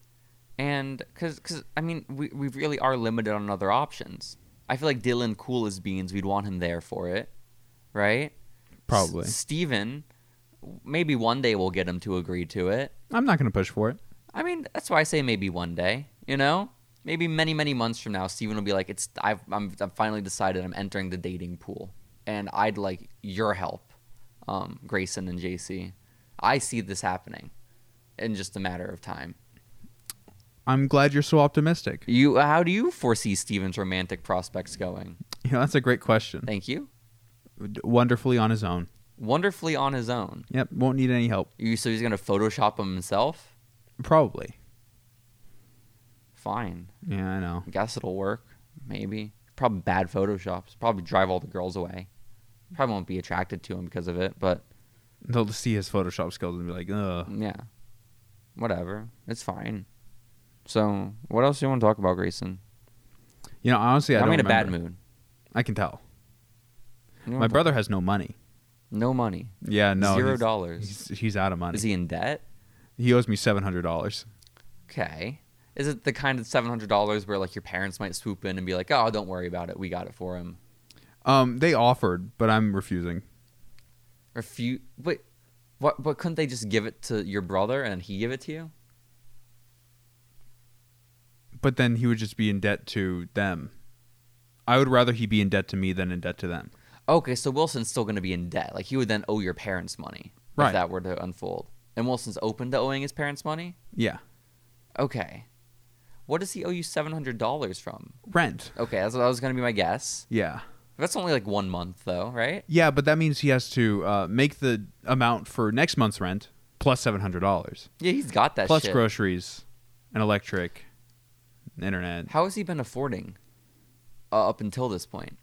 Speaker 1: And because, cause, I mean, we, we really are limited on other options. I feel like Dylan Cool as beans. We'd want him there for it, right?
Speaker 2: Probably.
Speaker 1: S- Steven, maybe one day we'll get him to agree to it.
Speaker 2: I'm not gonna push for it.
Speaker 1: I mean, that's why I say maybe one day. You know, maybe many many months from now, Steven will be like, "It's I've I'm, I've finally decided I'm entering the dating pool, and I'd like your help, um, Grayson and JC. I see this happening in just a matter of time."
Speaker 2: I'm glad you're so optimistic.
Speaker 1: You, how do you foresee Steven's romantic prospects going?
Speaker 2: You know, that's a great question.
Speaker 1: Thank you.
Speaker 2: Wonderfully on his own.
Speaker 1: Wonderfully on his own.
Speaker 2: Yep, won't need any help.
Speaker 1: You, so he's gonna Photoshop him himself.
Speaker 2: Probably.
Speaker 1: Fine.
Speaker 2: Yeah, I know.
Speaker 1: I guess it'll work. Maybe. Probably bad photoshops. Probably drive all the girls away. Probably won't be attracted to him because of it. But
Speaker 2: They'll see his Photoshop skills and be like, ugh.
Speaker 1: yeah, whatever. It's fine. So what else do you want to talk about, Grayson?
Speaker 2: You know, honestly, I
Speaker 1: I'm
Speaker 2: don't
Speaker 1: in a bad
Speaker 2: remember.
Speaker 1: mood.
Speaker 2: I can tell.
Speaker 1: You know
Speaker 2: My
Speaker 1: what?
Speaker 2: brother has no money.
Speaker 1: no money,
Speaker 2: Yeah, no.
Speaker 1: zero
Speaker 2: he's-
Speaker 1: dollars.
Speaker 2: He's, he's out of money.
Speaker 1: Is
Speaker 2: He-,
Speaker 1: he in debt?
Speaker 2: owes me seven hundred dollars.
Speaker 1: Okay. Is it the kind of seven hundred dollars where like your parents might swoop in and be like, "Oh, don't worry about it. We got it for him."
Speaker 2: Um, they offered, but I'm refusing.
Speaker 1: Refu- Wait, what? But couldn't they just give it to your brother and he give it to you?
Speaker 2: But then he would just be in debt to them. I would rather he be in debt to me than in debt to them.
Speaker 1: Okay, so Wilson's still going to be in debt. Like he would then owe your parents money
Speaker 2: Right.
Speaker 1: if that were to unfold. And Wilson's open to owing his parents money.
Speaker 2: Yeah,
Speaker 1: Okay, what does he owe you seven hundred dollars from?
Speaker 2: rent.
Speaker 1: Okay, that's, that was going to be my guess.
Speaker 2: Yeah,
Speaker 1: That's only like one month though, right?
Speaker 2: yeah, but that means he has to uh, make the amount for next month's rent plus seven hundred dollars,
Speaker 1: Yeah, he's got that.
Speaker 2: plus
Speaker 1: shit.
Speaker 2: groceries, and electric, and internet,
Speaker 1: How has he been affording uh, up until this point?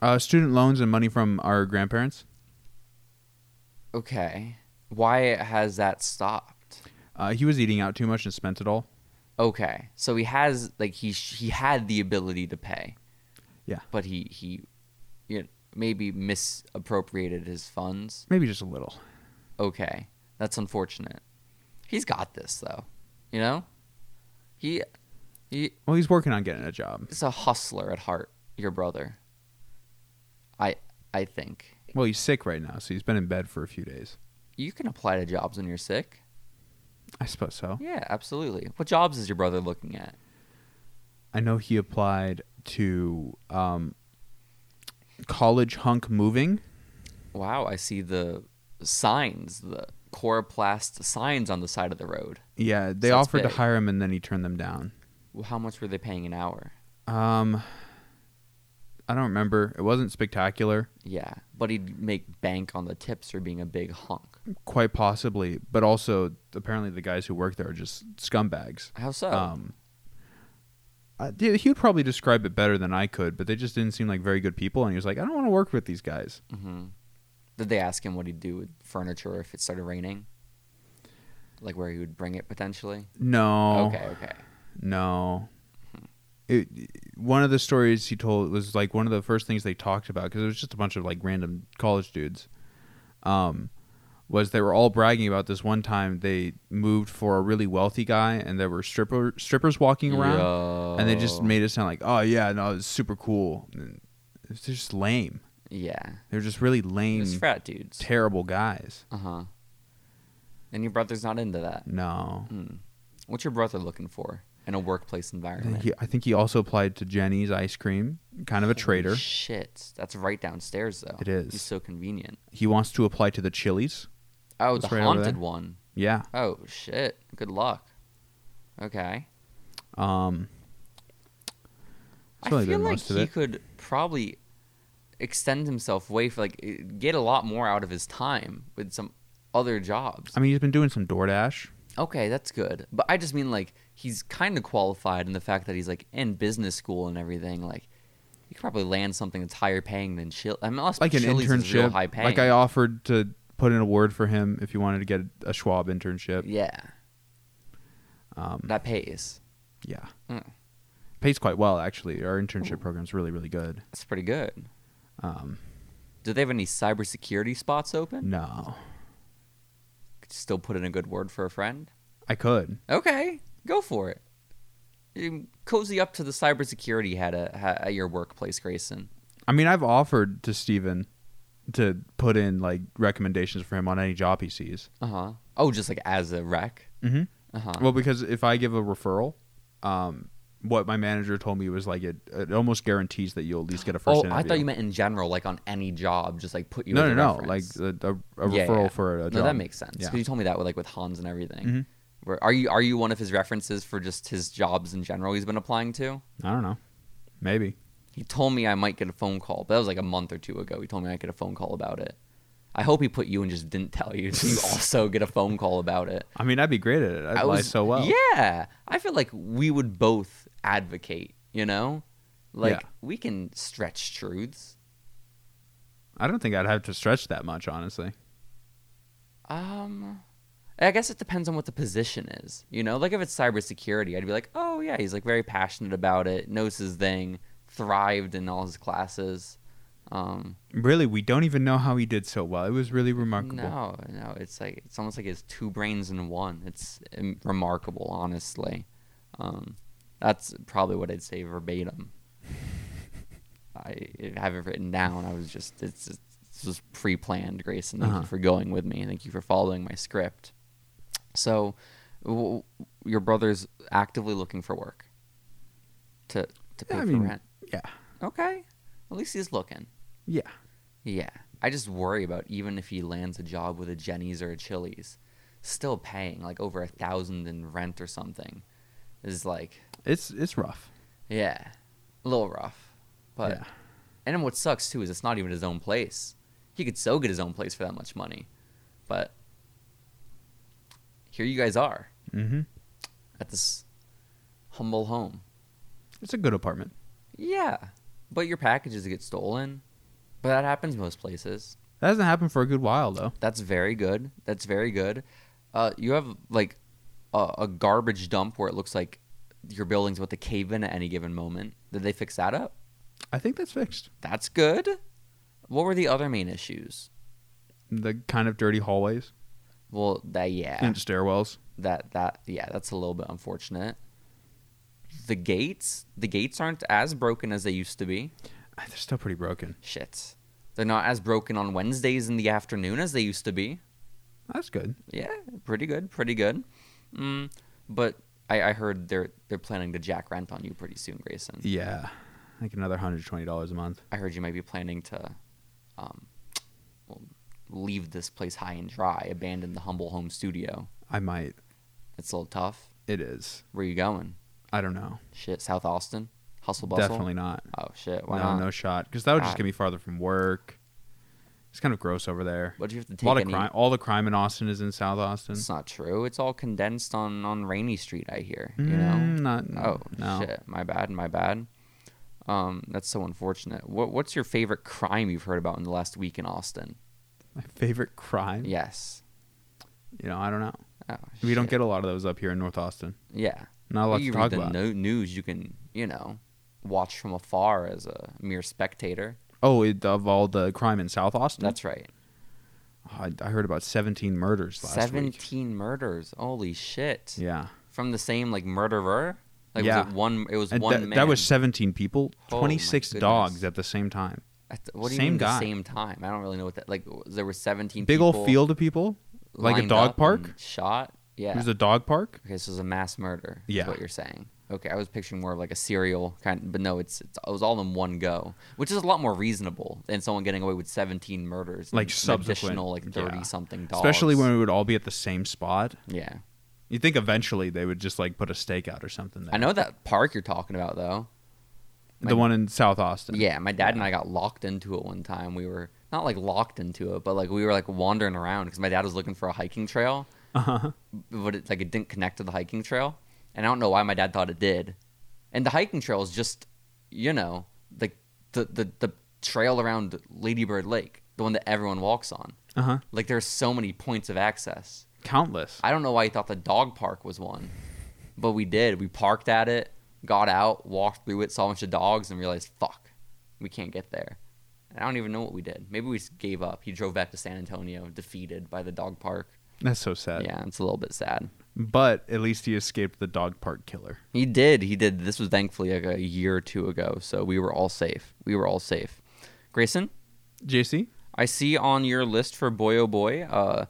Speaker 2: uh, student loans, and money from our grandparents.
Speaker 1: Okay, why has that stopped?
Speaker 2: Uh, he was eating out too much and spent it all.
Speaker 1: Okay, so he has like he sh- he had the ability to pay.
Speaker 2: Yeah.
Speaker 1: but he he, you know, maybe misappropriated his funds.
Speaker 2: Maybe just a little.
Speaker 1: okay. That's unfortunate. He's got this though. You know? He he
Speaker 2: Well, he's working on getting a job.
Speaker 1: is a hustler at heart, your brother. I I think.
Speaker 2: Well, he's sick right now, so he's been in bed for a few days.
Speaker 1: You can apply to jobs when you're sick.
Speaker 2: I suppose so.
Speaker 1: Yeah, absolutely. What jobs is your brother looking at?
Speaker 2: I know he applied to um, college hunk moving.
Speaker 1: Wow, I see the signs, the coroplast signs on the side of the road.
Speaker 2: Yeah, they
Speaker 1: Sounds
Speaker 2: offered to
Speaker 1: big.
Speaker 2: hire him, and then he turned them down.
Speaker 1: Well, How much were they paying an hour?
Speaker 2: Um, I don't remember. It wasn't spectacular,
Speaker 1: Yeah, but he'd make bank on the tips for being a big hunk.
Speaker 2: quite possibly, but also apparently the guys who work there are just scumbags.
Speaker 1: How so?
Speaker 2: Um, I, dude, he would probably describe it better than I could, but they just didn't seem like very good people. And he was like, "I don't want to work with these guys."
Speaker 1: hmm Did they ask him what he'd do with furniture if it started raining? Like where he would bring it potentially?
Speaker 2: No.
Speaker 1: Okay, okay.
Speaker 2: No. It, one of the stories he told was like one of the first things they talked about because it was just a bunch of like random college dudes. Um, was they were all bragging about this one time they moved for a really wealthy guy and there were stripper strippers walking around and they just
Speaker 1: Yo.
Speaker 2: made it sound like oh yeah no it's super cool. And it's just lame.
Speaker 1: Yeah.
Speaker 2: They're just really
Speaker 1: It
Speaker 2: lame,
Speaker 1: was frat dudes.
Speaker 2: terrible guys.
Speaker 1: Uh huh. And your brother's not into that.
Speaker 2: No.
Speaker 1: Hmm. What's your brother looking for in a workplace
Speaker 2: I think
Speaker 1: environment?
Speaker 2: he, I think he also applied to Jenny's ice cream, kind of a
Speaker 1: Holy
Speaker 2: traitor.
Speaker 1: Shit. That's right downstairs though.
Speaker 2: It is.
Speaker 1: He's so convenient.
Speaker 2: He wants to apply to the Chili's.
Speaker 1: Oh,
Speaker 2: It's
Speaker 1: the
Speaker 2: right over
Speaker 1: haunted
Speaker 2: there.
Speaker 1: one.
Speaker 2: Yeah.
Speaker 1: Oh shit. Good luck. Okay.
Speaker 2: Um,
Speaker 1: I
Speaker 2: That's really
Speaker 1: feel
Speaker 2: been
Speaker 1: like
Speaker 2: most of
Speaker 1: he
Speaker 2: it.
Speaker 1: could probably extend himself way for like eh, get a lot more out of his time with some other jobs.
Speaker 2: I mean, he's been doing some DoorDash.
Speaker 1: Okay, that's good. But I just mean like he's kind of qualified in the fact that he's like in business school and everything. Like he could probably land something that's higher paying than Chili. I mean, unless
Speaker 2: Like an
Speaker 1: Chili's is real
Speaker 2: internship.
Speaker 1: high paying.
Speaker 2: Like I offered to put in a word for him if he wanted to get a Schwab internship.
Speaker 1: yeah,
Speaker 2: Um,
Speaker 1: that pays.
Speaker 2: yeah.
Speaker 1: Mm.
Speaker 2: Pays quite well actually. Our internship program's really really good.
Speaker 1: That's pretty good.
Speaker 2: Um,
Speaker 1: Do they have any cybersecurity spots open?
Speaker 2: no.
Speaker 1: Could still put in a good word for a friend.
Speaker 2: I could.
Speaker 1: Okay, go for it. You cozy up to the cybersecurity head at, at your workplace, Grayson.
Speaker 2: I mean, I've offered to Steven to put in like recommendations for him on any job he sees.
Speaker 1: Uh huh. Oh, just like as a rec.
Speaker 2: Mm-hmm.
Speaker 1: Uh huh.
Speaker 2: Well, because if I give a referral, um, what my manager told me was like it, it almost guarantees that you'll at least get a
Speaker 1: Oh,
Speaker 2: first. interview.
Speaker 1: I thought you meant in general, like on any job, just like put you.
Speaker 2: no,
Speaker 1: as
Speaker 2: no,
Speaker 1: a
Speaker 2: no,
Speaker 1: reference.
Speaker 2: like a, a,
Speaker 1: Yeah,
Speaker 2: a
Speaker 1: yeah,
Speaker 2: referral
Speaker 1: yeah.
Speaker 2: for a job.
Speaker 1: no, that makes sense.
Speaker 2: Yeah.
Speaker 1: Because you told me that with like with Hans and everything.
Speaker 2: Mhm.
Speaker 1: Where are you? Are you one of his references for just his jobs in general? He's been applying to.
Speaker 2: I don't know, maybe.
Speaker 1: He told me I might get a phone call, but that was like a month or two ago. He told me I get a phone call about it. I hope he put you and just didn't tell you, so you also get a phone call about it.
Speaker 2: I mean, I'd be great at it. I'd
Speaker 1: I
Speaker 2: lie
Speaker 1: was-
Speaker 2: so well.
Speaker 1: Yeah, I feel like we would both advocate. You know, like
Speaker 2: Yeah.
Speaker 1: we can stretch truths.
Speaker 2: I don't think I'd have to stretch that much, honestly.
Speaker 1: Um, I guess it depends on what the position is. You know, like if it's cybersecurity, I'd be like, oh yeah, he's like very passionate about it, knows his thing, thrived in all his classes. Um,
Speaker 2: Really, we don't even know how he did so well. It was really remarkable.
Speaker 1: no, no, it's like it's almost like his two brains in one. It's um, remarkable, honestly. Um, that's probably what I'd say verbatim. I have it written down. I was just it's, it's this was pre-planned, Grayson. Thank
Speaker 2: Uh-huh.
Speaker 1: you for going with me. Thank you for following my script. So, w- your brother's actively looking for work to to pay
Speaker 2: I
Speaker 1: for
Speaker 2: mean-
Speaker 1: rent.
Speaker 2: Yeah,
Speaker 1: Okay, at least he's looking.
Speaker 2: yeah.
Speaker 1: Yeah. I just worry about even if he lands a job with a Jenny's or a Chili's, still paying like over a thousand in rent or something is like,
Speaker 2: It's it's rough.
Speaker 1: yeah, a little rough. But,
Speaker 2: Yeah.
Speaker 1: and then what sucks too is it's not even his own place. He could so get his own place for that much money. But here you guys are
Speaker 2: Mm-hmm.
Speaker 1: at this humble home.
Speaker 2: It's a good apartment.
Speaker 1: Yeah. But your packages get stolen. But that happens most places.
Speaker 2: That hasn't happened for a good while though.
Speaker 1: That's very good. That's very good. Uh, you have like a, a garbage dump where it looks like your building's about to cave in at any given moment. Did they fix that up?
Speaker 2: I think that's fixed.
Speaker 1: That's good. What were the other main issues?
Speaker 2: The kind of dirty hallways
Speaker 1: Well, that yeah,
Speaker 2: and stairwells.
Speaker 1: that that yeah, that's a little bit unfortunate. The gates, the gates aren't as broken as they used to be.
Speaker 2: Ah, They're still pretty broken.
Speaker 1: Shit, they're not as broken on Wednesdays in the afternoon as they used to be.
Speaker 2: That's good.
Speaker 1: Yeah, pretty good, pretty good. Mm, but I, I heard they're they're planning to jack rent on you pretty soon, Grayson.
Speaker 2: Yeah, like another hundred twenty dollars a month.
Speaker 1: I heard you might be planning to, um, well, leave this place high and dry, abandon the humble home studio.
Speaker 2: I might.
Speaker 1: It's a little tough.
Speaker 2: It is.
Speaker 1: Where you going?
Speaker 2: I don't know.
Speaker 1: Shit, South Austin, hustle bustle.
Speaker 2: Definitely not.
Speaker 1: Oh shit, why
Speaker 2: no,
Speaker 1: not?
Speaker 2: no shot. Because that would just
Speaker 1: God.
Speaker 2: get me farther from work. It's kind of gross over there.
Speaker 1: What'd you have to take?
Speaker 2: A lot of
Speaker 1: any-
Speaker 2: crime. All the crime in Austin is in South Austin.
Speaker 1: It's not true. It's all condensed on on Rainy Street. I hear. You know.
Speaker 2: Mm, not.
Speaker 1: Oh
Speaker 2: no.
Speaker 1: shit! My bad. My bad. Um, that's so unfortunate. What What's your favorite crime you've heard about in the last week in Austin?
Speaker 2: My favorite crime.
Speaker 1: Yes.
Speaker 2: You know, I don't know.
Speaker 1: Oh,
Speaker 2: We don't
Speaker 1: shit.
Speaker 2: get a lot of those up here in North Austin.
Speaker 1: Yeah.
Speaker 2: Not a lot
Speaker 1: you
Speaker 2: to
Speaker 1: read
Speaker 2: talk
Speaker 1: the
Speaker 2: about.
Speaker 1: no- news. You can you know watch from afar as a mere spectator.
Speaker 2: oh, it, of all the crime in South Austin,
Speaker 1: That's right.
Speaker 2: I, I heard about seventeen murders last week.
Speaker 1: Seventeen murders. Holy shit!
Speaker 2: Yeah,
Speaker 1: From the same like murderer. Like
Speaker 2: Yeah.
Speaker 1: was it one? It was
Speaker 2: and
Speaker 1: one
Speaker 2: that,
Speaker 1: man.
Speaker 2: that was seventeen people,
Speaker 1: Oh, my
Speaker 2: twenty six
Speaker 1: goodness.
Speaker 2: dogs at the same time.
Speaker 1: At the- what do you
Speaker 2: same
Speaker 1: mean
Speaker 2: guy.
Speaker 1: the same time? I don't really know what that like. w- There were seventeen.
Speaker 2: Big
Speaker 1: people
Speaker 2: old field of people, like a
Speaker 1: lined
Speaker 2: dog
Speaker 1: up
Speaker 2: park.
Speaker 1: and Shot. Yeah.
Speaker 2: It was a dog park.
Speaker 1: Okay, so it's a mass murder.
Speaker 2: Yeah.
Speaker 1: Is what you're saying. Okay, I was picturing more of like a serial kind, but no, it's, it's it was all in one go, which is a lot more reasonable than someone getting away with 17 murders, and
Speaker 2: Like
Speaker 1: an
Speaker 2: subsequent,
Speaker 1: additional like 30
Speaker 2: yeah.
Speaker 1: something dogs.
Speaker 2: Especially when we would all be at the same spot.
Speaker 1: yeah,
Speaker 2: You would think eventually they would just like put a stakeout or something there.
Speaker 1: I know that park you're talking about though.
Speaker 2: the one in South Austin.
Speaker 1: Yeah, my dad and I got locked into it one time. We were not like locked into it, but like we were like wandering around because my dad was looking for a hiking trail,
Speaker 2: Uh-huh.
Speaker 1: but it, like it didn't connect to the hiking trail, and I don't know why my dad thought it did. And the hiking trail is just, you know, like the the the trail around Ladybird Lake, the one that everyone walks on.
Speaker 2: Uh huh.
Speaker 1: Like there's so many points of access.
Speaker 2: Countless.
Speaker 1: I don't know why he thought the dog park was one, but we did. We parked at it, got out, walked through it, saw a bunch of dogs, and realized, fuck, we can't get there. And I don't even know what we did. Maybe we just gave up. He drove back to San Antonio, defeated by the dog park.
Speaker 2: That's so sad.
Speaker 1: yeah, it's a little bit sad.
Speaker 2: But at least he escaped the dog park killer.
Speaker 1: He did. He did. This was thankfully like a year or two ago, so we were all safe. We were all safe. Grayson,
Speaker 2: JC?
Speaker 1: I I see on your list for Boy Oh Boy uh,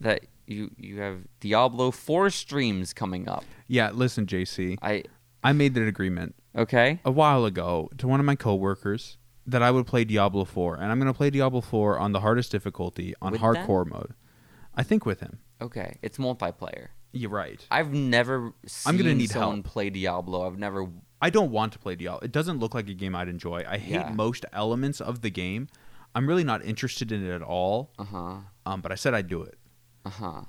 Speaker 1: that you you have Diablo Four streams coming up.
Speaker 2: Yeah, listen, JC.
Speaker 1: I
Speaker 2: I made an agreement
Speaker 1: okay.
Speaker 2: a while ago to one of my coworkers that I would play Diablo 4, and I'm going to play Diablo 4 on the hardest difficulty on
Speaker 1: With them?
Speaker 2: hardcore mode. I think with him.
Speaker 1: Okay, it's multiplayer.
Speaker 2: You're right.
Speaker 1: I've never seen
Speaker 2: I'm gonna need
Speaker 1: someone
Speaker 2: help.
Speaker 1: play Diablo. I've never.
Speaker 2: I don't want to play Diablo. It doesn't look like a game I'd enjoy. I hate
Speaker 1: Yeah.
Speaker 2: most elements of the game. I'm really not interested in it at all.
Speaker 1: Uh huh.
Speaker 2: Um, but I said I'd do it,
Speaker 1: Uh huh.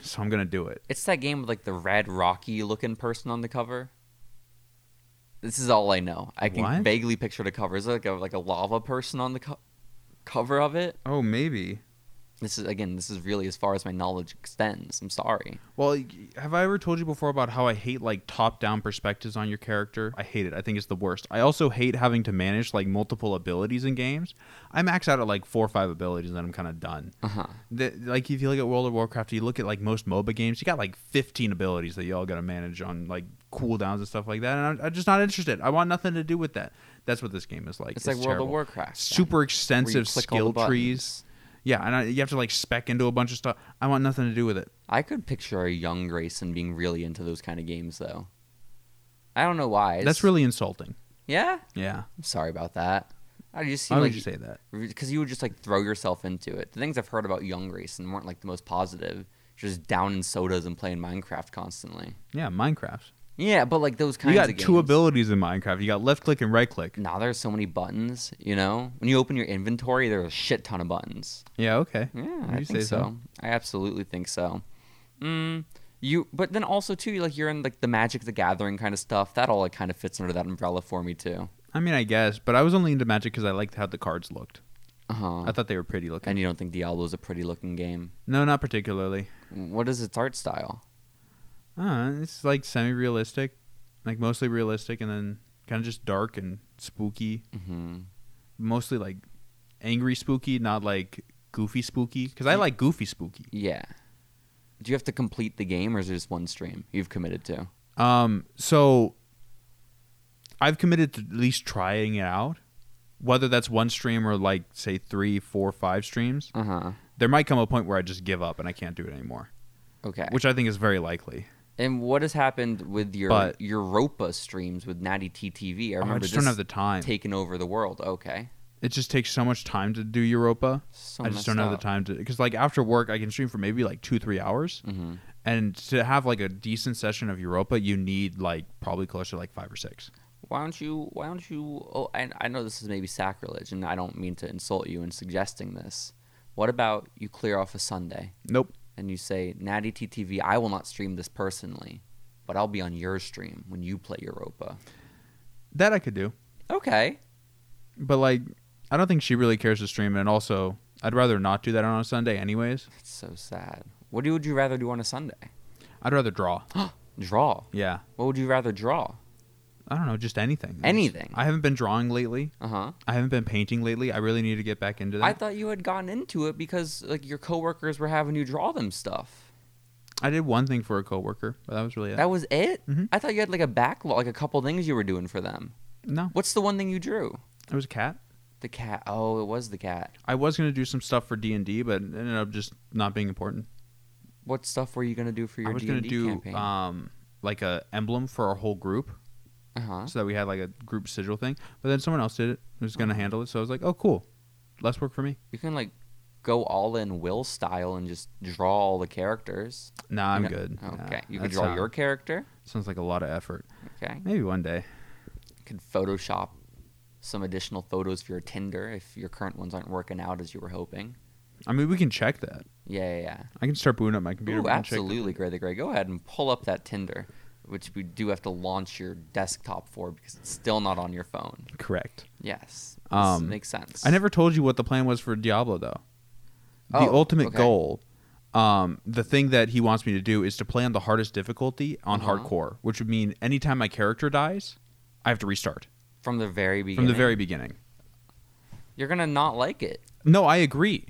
Speaker 2: so I'm gonna do it.
Speaker 1: It's that game with like the red Rocky looking person on the cover. This is all I know. I can
Speaker 2: What?
Speaker 1: vaguely picture the cover. Is it like a like a lava person on the co- cover of it?
Speaker 2: Oh, maybe.
Speaker 1: This is again. This is really as far as my knowledge extends. I'm sorry.
Speaker 2: Well, y- have I ever told you before about how I hate like top-down perspectives on your character? I hate it. I think it's the worst. I also hate having to manage like multiple abilities in games. I max out at like four or five abilities, and then I'm kind of done.
Speaker 1: Uh huh.
Speaker 2: The, like if you look at World of Warcraft, you look at like most MOBA games, you got like 15 abilities that you all got to manage on like cooldowns and stuff like that. And I'm, I'm just not interested. I want nothing to do with that. That's what this game is like.
Speaker 1: It's, like World
Speaker 2: terrible.
Speaker 1: of Warcraft. then,
Speaker 2: Super
Speaker 1: where you
Speaker 2: extensive
Speaker 1: click all the
Speaker 2: skill trees.
Speaker 1: buttons.
Speaker 2: Yeah, and I, you have to like spec into a bunch of stuff. I want nothing to do with it.
Speaker 1: I could picture a young Grayson being really into those kind of games though. I don't know why.
Speaker 2: That's
Speaker 1: It's-
Speaker 2: really insulting.
Speaker 1: yeah.
Speaker 2: Yeah.
Speaker 1: I'm sorry about that. I just
Speaker 2: Why
Speaker 1: seem
Speaker 2: would
Speaker 1: like
Speaker 2: you say that?
Speaker 1: because you would just like throw yourself into it. The things I've heard about young Grayson weren't like the most positive. Just down in sodas and playing Minecraft constantly.
Speaker 2: Yeah, Minecraft.
Speaker 1: Yeah, but like those
Speaker 2: You
Speaker 1: kinds
Speaker 2: got
Speaker 1: of
Speaker 2: two
Speaker 1: games.
Speaker 2: abilities in Minecraft. You got left click and right click.
Speaker 1: Now there's so many buttons. You know, when you open your inventory, there's a shit ton of buttons.
Speaker 2: Yeah, okay.
Speaker 1: Yeah,
Speaker 2: You
Speaker 1: I think
Speaker 2: say so.
Speaker 1: I absolutely think so. Mm, you, but then also too, like you're in like the Magic the Gathering kind of stuff. That all like kind of fits under that umbrella for me too.
Speaker 2: I mean, I guess, but I was only into Magic because I liked how the cards looked.
Speaker 1: Uh huh.
Speaker 2: I thought they were pretty looking.
Speaker 1: And you don't think Diablo's a pretty looking game?
Speaker 2: No, not particularly.
Speaker 1: What is its art style?
Speaker 2: Uh, it's like semi-realistic, like mostly realistic, and then kind of just dark and spooky.
Speaker 1: Mm-hmm.
Speaker 2: Mostly like angry spooky, not like goofy spooky. Because I like goofy spooky.
Speaker 1: Yeah. Do you have to complete the game, or is it just one stream you've committed to?
Speaker 2: Um, so I've committed to at least trying it out. Whether that's one stream or like say three, four, five streams,
Speaker 1: Uh huh.
Speaker 2: there might come a point where I just give up and I can't do it anymore,
Speaker 1: Okay.
Speaker 2: which I think is very likely.
Speaker 1: and what has happened with your
Speaker 2: But-
Speaker 1: Europa streams with Natty TTV? I
Speaker 2: Oh,
Speaker 1: remember
Speaker 2: I just
Speaker 1: this
Speaker 2: don't have the time.
Speaker 1: taking over the world. Okay.
Speaker 2: it just takes so much time to do Europa.
Speaker 1: So
Speaker 2: I just don't have the time to because like after work I can stream for maybe like two three hours,
Speaker 1: Mm-hmm.
Speaker 2: and to have like a decent session of Europa, you need like probably closer to like five or six.
Speaker 1: Why don't you? Why don't you? Oh, I, I know this is maybe sacrilege, and I don't mean to insult you in suggesting this. What about you clear off a Sunday
Speaker 2: Nope.
Speaker 1: and you say, Natty TTV, I will not stream this personally, but I'll be on your stream when you play Europa.
Speaker 2: That I could do,
Speaker 1: Okay.
Speaker 2: but like I don't think she really cares to stream, and also I'd rather not do that on a Sunday anyways.
Speaker 1: That's so sad. What do- would you rather do on a Sunday?
Speaker 2: I'd rather draw.
Speaker 1: Draw.
Speaker 2: Yeah.
Speaker 1: What would you rather draw?
Speaker 2: I don't know, just anything.
Speaker 1: Anything.
Speaker 2: I haven't been drawing lately.
Speaker 1: Uh huh.
Speaker 2: I haven't been painting lately. I really need to get back into that.
Speaker 1: I thought you had gotten into it because like your coworkers were having you draw them stuff.
Speaker 2: I did one thing for a coworker, but that was really it.
Speaker 1: That was it.
Speaker 2: Mhm.
Speaker 1: I thought you had like a backlog, like a couple things you were doing for them.
Speaker 2: no,
Speaker 1: What's the one thing you drew?
Speaker 2: it was a cat.
Speaker 1: The cat. Oh, it was the cat.
Speaker 2: I was gonna do some stuff for D and D, but it ended up just not being important.
Speaker 1: What stuff were you gonna do for
Speaker 2: I
Speaker 1: your
Speaker 2: was
Speaker 1: D
Speaker 2: gonna
Speaker 1: and D
Speaker 2: do
Speaker 1: campaign?
Speaker 2: um like a emblem for our whole group,
Speaker 1: uh huh.
Speaker 2: so that we had like a group sigil thing. But then someone else did it. Who's gonna handle it? So I was like, oh cool, less work for me.
Speaker 1: You can like go all in Will style and just draw all the characters.
Speaker 2: Nah, I'm
Speaker 1: No-
Speaker 2: good. Nah,
Speaker 1: Okay. you
Speaker 2: that
Speaker 1: could draw
Speaker 2: sound-
Speaker 1: your character.
Speaker 2: Sounds like a lot of effort.
Speaker 1: Okay.
Speaker 2: Maybe one day.
Speaker 1: could Photoshop some additional photos for your Tinder if your current ones aren't working out as you were hoping.
Speaker 2: I mean, we can check that.
Speaker 1: Yeah, yeah,
Speaker 2: I can start booting up my
Speaker 1: yeah.
Speaker 2: computer.
Speaker 1: Ooh,
Speaker 2: we can check that.
Speaker 1: absolutely, Gray the Gray. Go ahead and pull up that Tinder, which we do have to launch your desktop for because it's still not on your phone.
Speaker 2: Correct.
Speaker 1: Yes, this
Speaker 2: Um,
Speaker 1: makes sense.
Speaker 2: I never told you what the plan was for Diablo though. The
Speaker 1: Oh,
Speaker 2: ultimate
Speaker 1: okay.
Speaker 2: goal, um, the thing that he wants me to do is to play on the hardest difficulty on
Speaker 1: Uh-huh.
Speaker 2: hardcore, which would mean anytime my character dies, I have to restart
Speaker 1: from the very
Speaker 2: from
Speaker 1: beginning.
Speaker 2: the very beginning.
Speaker 1: you're gonna not like it.
Speaker 2: No, I agree.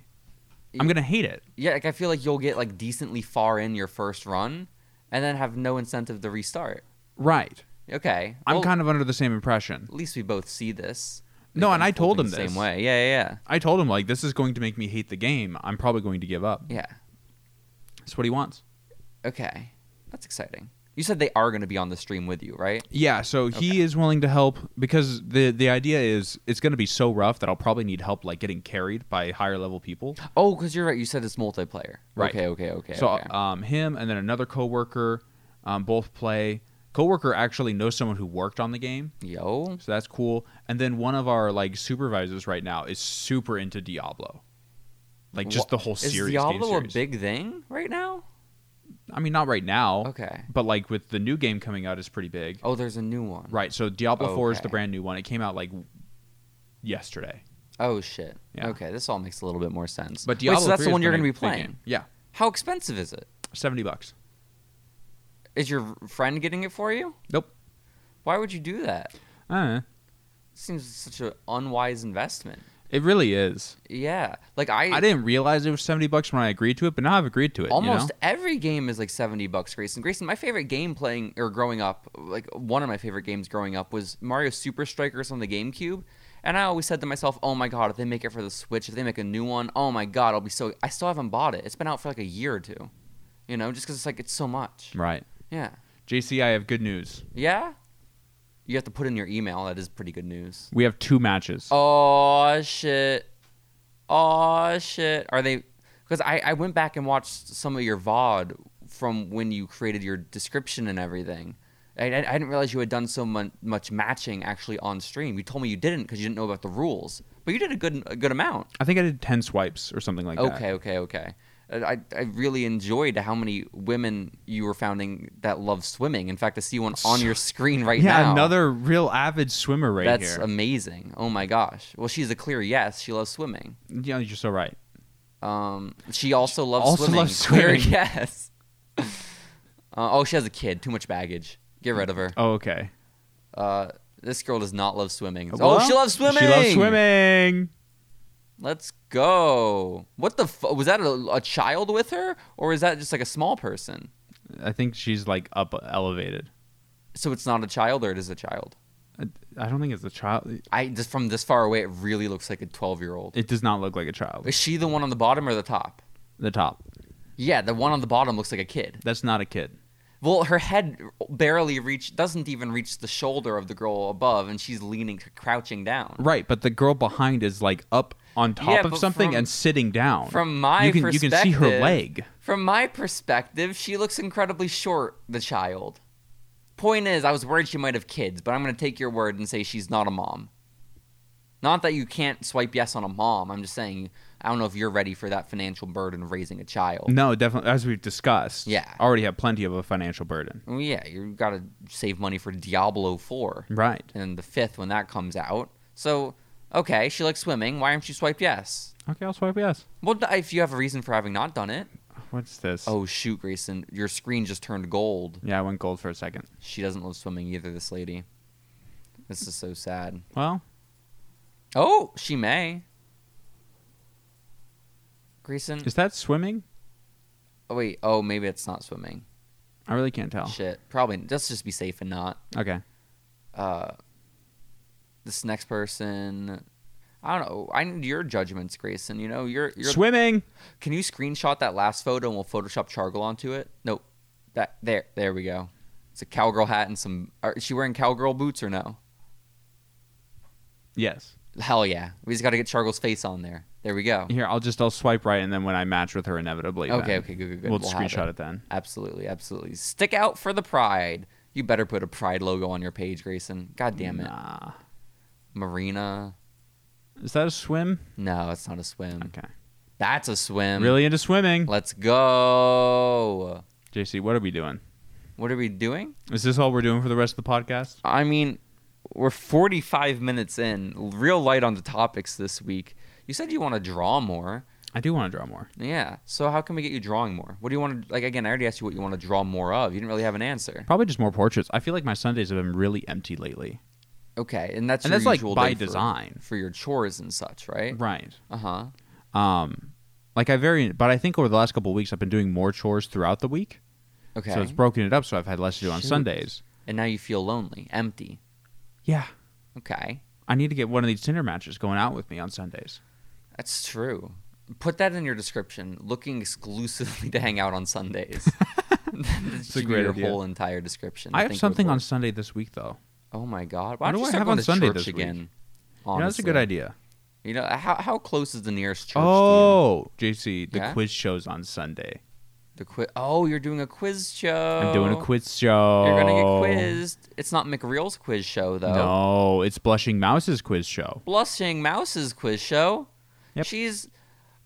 Speaker 2: I'm
Speaker 1: You-
Speaker 2: gonna hate it.
Speaker 1: Yeah, like I feel like you'll get like decently far in your first run, and then have no incentive to restart.
Speaker 2: Right.
Speaker 1: Okay,
Speaker 2: I'm
Speaker 1: well,
Speaker 2: kind of under the same impression.
Speaker 1: At least we both see this. they
Speaker 2: No,
Speaker 1: can
Speaker 2: and I
Speaker 1: fold
Speaker 2: told
Speaker 1: me
Speaker 2: him
Speaker 1: the
Speaker 2: this.
Speaker 1: same way. Yeah, yeah,
Speaker 2: I told him like this is going to make me hate the game. I'm probably going to give up.
Speaker 1: yeah. Yeah.
Speaker 2: That's what he wants.
Speaker 1: Okay. That's exciting. You said they are going to be on the stream with you, right?
Speaker 2: Yeah, so
Speaker 1: Okay.
Speaker 2: he is willing to help because the the idea is it's going to be so rough that I'll probably need help like getting carried by higher level people.
Speaker 1: Oh, because you're right. You said it's multiplayer.
Speaker 2: Right.
Speaker 1: Okay, okay, okay.
Speaker 2: so
Speaker 1: okay.
Speaker 2: um him and then another coworker um both play. Coworker actually knows someone who worked on the game,
Speaker 1: Yo.
Speaker 2: so that's cool. And then one of our like supervisors right now is super into Diablo. Like just
Speaker 1: Wha-
Speaker 2: the whole
Speaker 1: Is
Speaker 2: series. game
Speaker 1: Diablo a
Speaker 2: series.
Speaker 1: big thing right now?
Speaker 2: I mean not right now,
Speaker 1: Okay.
Speaker 2: but like with the new game coming out is pretty big.
Speaker 1: Oh, there's a new one.
Speaker 2: Right, so Diablo 4 is the
Speaker 1: Okay.
Speaker 2: brand new one. It came out like yesterday.
Speaker 1: Oh shit.
Speaker 2: Yeah.
Speaker 1: Okay, this all makes a little bit more sense.
Speaker 2: But
Speaker 1: Wait,
Speaker 2: Diablo
Speaker 1: so that's
Speaker 2: 3
Speaker 1: the
Speaker 2: is
Speaker 1: one you're
Speaker 2: the
Speaker 1: going to be
Speaker 2: big- big
Speaker 1: playing.
Speaker 2: game. Yeah,
Speaker 1: How expensive is it?
Speaker 2: seventy bucks.
Speaker 1: Is your friend getting it for you?
Speaker 2: Nope.
Speaker 1: Why would you do that?
Speaker 2: Uh,
Speaker 1: seems such an unwise investment.
Speaker 2: it really is.
Speaker 1: Yeah, like I,
Speaker 2: I didn't realize it was seventy bucks when I agreed to it, but now I've agreed to it.
Speaker 1: almost
Speaker 2: you know?
Speaker 1: every game is like seventy bucks. Grayson, Grayson, my favorite game playing or growing up, like one of my favorite games growing up was Mario Super Strikers on the GameCube, and I always said to myself, "Oh my god, if they make it for the Switch, if they make a new one, oh my god, I'll be so." I still haven't bought it. It's been out for like a year or two, you know, just because it's like it's so much.
Speaker 2: right.
Speaker 1: Yeah,
Speaker 2: JC, I have good news.
Speaker 1: yeah. You have to put in your email. That is pretty good news.
Speaker 2: We have two matches.
Speaker 1: Oh shit. Oh shit. Are they? Because I I went back and watched some of your VOD from when you created your description and everything. I, I I didn't realize you had done so mun- much matching actually on stream. You told me you didn't because you didn't know about the rules, but you did a good a good amount.
Speaker 2: I think I did ten swipes or something like that.
Speaker 1: Okay, okay, okay. And I I really enjoyed how many women you were founding that love swimming. In fact, I see one on your screen right
Speaker 2: Yeah,
Speaker 1: now.
Speaker 2: another real avid swimmer right
Speaker 1: That's
Speaker 2: here.
Speaker 1: amazing. Oh my gosh. Well, she's a clear yes. She loves swimming.
Speaker 2: yeah, you're so right.
Speaker 1: Um, she also loves
Speaker 2: Also
Speaker 1: swimming.
Speaker 2: loves
Speaker 1: Clear,
Speaker 2: swimming.
Speaker 1: yes. Uh, oh, she has a kid. Too much baggage. Get rid of her.
Speaker 2: Oh, okay.
Speaker 1: Uh, this girl does not love swimming.
Speaker 2: Well,
Speaker 1: oh, she loves swimming.
Speaker 2: She loves swimming.
Speaker 1: Let's go. What the fu- was that? A, a child with her, or is that just like a small person?
Speaker 2: I think she's like up elevated.
Speaker 1: So it's not a child, or it is a child.
Speaker 2: I, I don't think it's a child.
Speaker 1: I just from this far away, it really looks like a twelve-year-old.
Speaker 2: It does not look like a child.
Speaker 1: Is she the one on the bottom or the top?
Speaker 2: The top.
Speaker 1: Yeah, the one on the bottom looks like a kid.
Speaker 2: That's not a kid.
Speaker 1: Well, her head barely reach doesn't even reach the shoulder of the girl above, and she's leaning, crouching down.
Speaker 2: Right, but the girl behind is like up on top
Speaker 1: Yeah,
Speaker 2: of
Speaker 1: but
Speaker 2: something
Speaker 1: from-
Speaker 2: and sitting down.
Speaker 1: From my
Speaker 2: you can you
Speaker 1: perspective,
Speaker 2: can see her leg.
Speaker 1: From my perspective, she looks incredibly short. The child. Point is, I was worried she might have kids, but I'm going to take your word and say she's not a mom. Not that you can't swipe yes on a mom. I'm just saying I don't know if you're ready for that financial burden of raising a child.
Speaker 2: No, definitely as we've discussed.
Speaker 1: Yeah.
Speaker 2: Already have plenty of a financial burden.
Speaker 1: Well, yeah, you got to save money for Diablo Four.
Speaker 2: Right.
Speaker 1: and the fifth when that comes out. So, okay, she likes swimming. Why aren't you swiped yes?
Speaker 2: Okay, I'll swipe yes.
Speaker 1: Well, d- if you have a reason for having not done it.
Speaker 2: What's this?
Speaker 1: Oh, shoot, Grayson. Your screen just turned gold.
Speaker 2: Yeah, I went gold for a second.
Speaker 1: She doesn't love swimming either, this lady. This is so sad.
Speaker 2: Well,
Speaker 1: Oh, she may. Grayson.
Speaker 2: is that swimming?
Speaker 1: Oh, wait. Oh, maybe it's not swimming.
Speaker 2: I really can't tell.
Speaker 1: Shit. Probably. Let's just be safe and not.
Speaker 2: Okay.
Speaker 1: Uh, this next person. I don't know. I need your judgments, Grayson. You know, you're you're
Speaker 2: swimming.
Speaker 1: Can you screenshot that last photo and we'll Photoshop Chargal onto it? Nope. That there, there we go. It's a cowgirl hat and some. Are, is she wearing cowgirl boots or no?
Speaker 2: Yes.
Speaker 1: Hell yeah. We just got to get Chargal's face on there. There we go.
Speaker 2: Here, I'll just I'll swipe right and then when I match with her inevitably.
Speaker 1: Okay,
Speaker 2: then
Speaker 1: okay, good, good, good.
Speaker 2: We'll,
Speaker 1: We'll have
Speaker 2: screenshot
Speaker 1: it.
Speaker 2: it. then.
Speaker 1: Absolutely, absolutely. Stick out for the pride. You better put a pride logo on your page, Grayson. God damn it.
Speaker 2: Nah.
Speaker 1: Marina.
Speaker 2: Is that a swim?
Speaker 1: No, it's not a swim.
Speaker 2: Okay.
Speaker 1: That's a swim.
Speaker 2: really into swimming.
Speaker 1: Let's go.
Speaker 2: JC, what are we doing?
Speaker 1: What are we doing?
Speaker 2: Is this all we're doing for the rest of the podcast?
Speaker 1: I mean, we're 45 minutes in. Real light on the topics this week. You said you want to draw more.
Speaker 2: I do want to draw more.
Speaker 1: Yeah. So how can we get you drawing more? What do you want to like again, I already asked you what you want to draw more of. You didn't really have an answer.
Speaker 2: Probably just more portraits. I feel like my Sundays have been really empty lately.
Speaker 1: Okay. And that's
Speaker 2: And
Speaker 1: your
Speaker 2: that's, like,
Speaker 1: usual
Speaker 2: by
Speaker 1: day for-
Speaker 2: design.
Speaker 1: for, your chores and such, right?
Speaker 2: Right.
Speaker 1: Uh-huh.
Speaker 2: Um like I vary but I think over the last couple of weeks I've been doing more chores throughout the week.
Speaker 1: Okay.
Speaker 2: So it's broken it up so I've had less to do on
Speaker 1: Shoot.
Speaker 2: Sundays.
Speaker 1: and now you feel lonely, empty.
Speaker 2: Yeah.
Speaker 1: Okay.
Speaker 2: I need to get one of these Tinder matches going out with me on Sundays.
Speaker 1: That's true. Put that in your description. Looking exclusively to hang out on Sundays. That's
Speaker 2: a great
Speaker 1: your
Speaker 2: idea.
Speaker 1: whole entire description.
Speaker 2: I have
Speaker 1: think it would
Speaker 2: something on
Speaker 1: work.
Speaker 2: Sunday this week though.
Speaker 1: Oh my god! Why
Speaker 2: What
Speaker 1: don't
Speaker 2: do
Speaker 1: you
Speaker 2: I
Speaker 1: start
Speaker 2: have
Speaker 1: going
Speaker 2: on
Speaker 1: to
Speaker 2: Sunday
Speaker 1: church
Speaker 2: this week?
Speaker 1: again?
Speaker 2: You know, that's a
Speaker 1: Honestly.
Speaker 2: good idea.
Speaker 1: You know how how close is the nearest church? to you?
Speaker 2: Oh, JC, the
Speaker 1: Yeah?
Speaker 2: quiz show's on Sunday.
Speaker 1: the quiz. Oh, you're doing a quiz show.
Speaker 2: I'm doing a quiz show.
Speaker 1: Oh. You're gonna get quizzed. It's not McReal's quiz show though.
Speaker 2: No, it's Blushing Mouse's quiz show.
Speaker 1: Blushing Mouse's quiz show.
Speaker 2: Yep.
Speaker 1: She's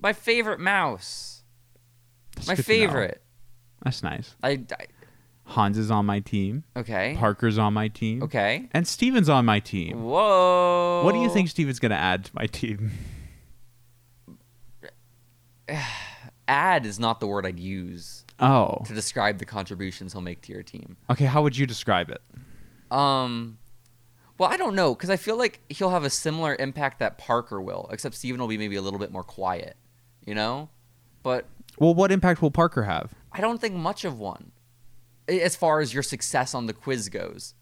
Speaker 1: my favorite mouse.
Speaker 2: That's
Speaker 1: my
Speaker 2: good to know.
Speaker 1: favorite.
Speaker 2: That's nice.
Speaker 1: I, I-
Speaker 2: Hans is on my team.
Speaker 1: okay.
Speaker 2: Parker's on my team.
Speaker 1: Okay.
Speaker 2: And Steven's on my team.
Speaker 1: Whoa.
Speaker 2: What do you think Steven's going to add to my team?
Speaker 1: Add is not the word I'd use
Speaker 2: Oh.
Speaker 1: to describe the contributions he'll make to your team.
Speaker 2: Okay, how would you describe it?
Speaker 1: Um, well, I don't know because I feel like he'll have a similar impact that Parker will, except Steven will be maybe a little bit more quiet, you know. But
Speaker 2: Well, what impact will Parker have?
Speaker 1: I don't think much of one a- as far as your success on the quiz goes.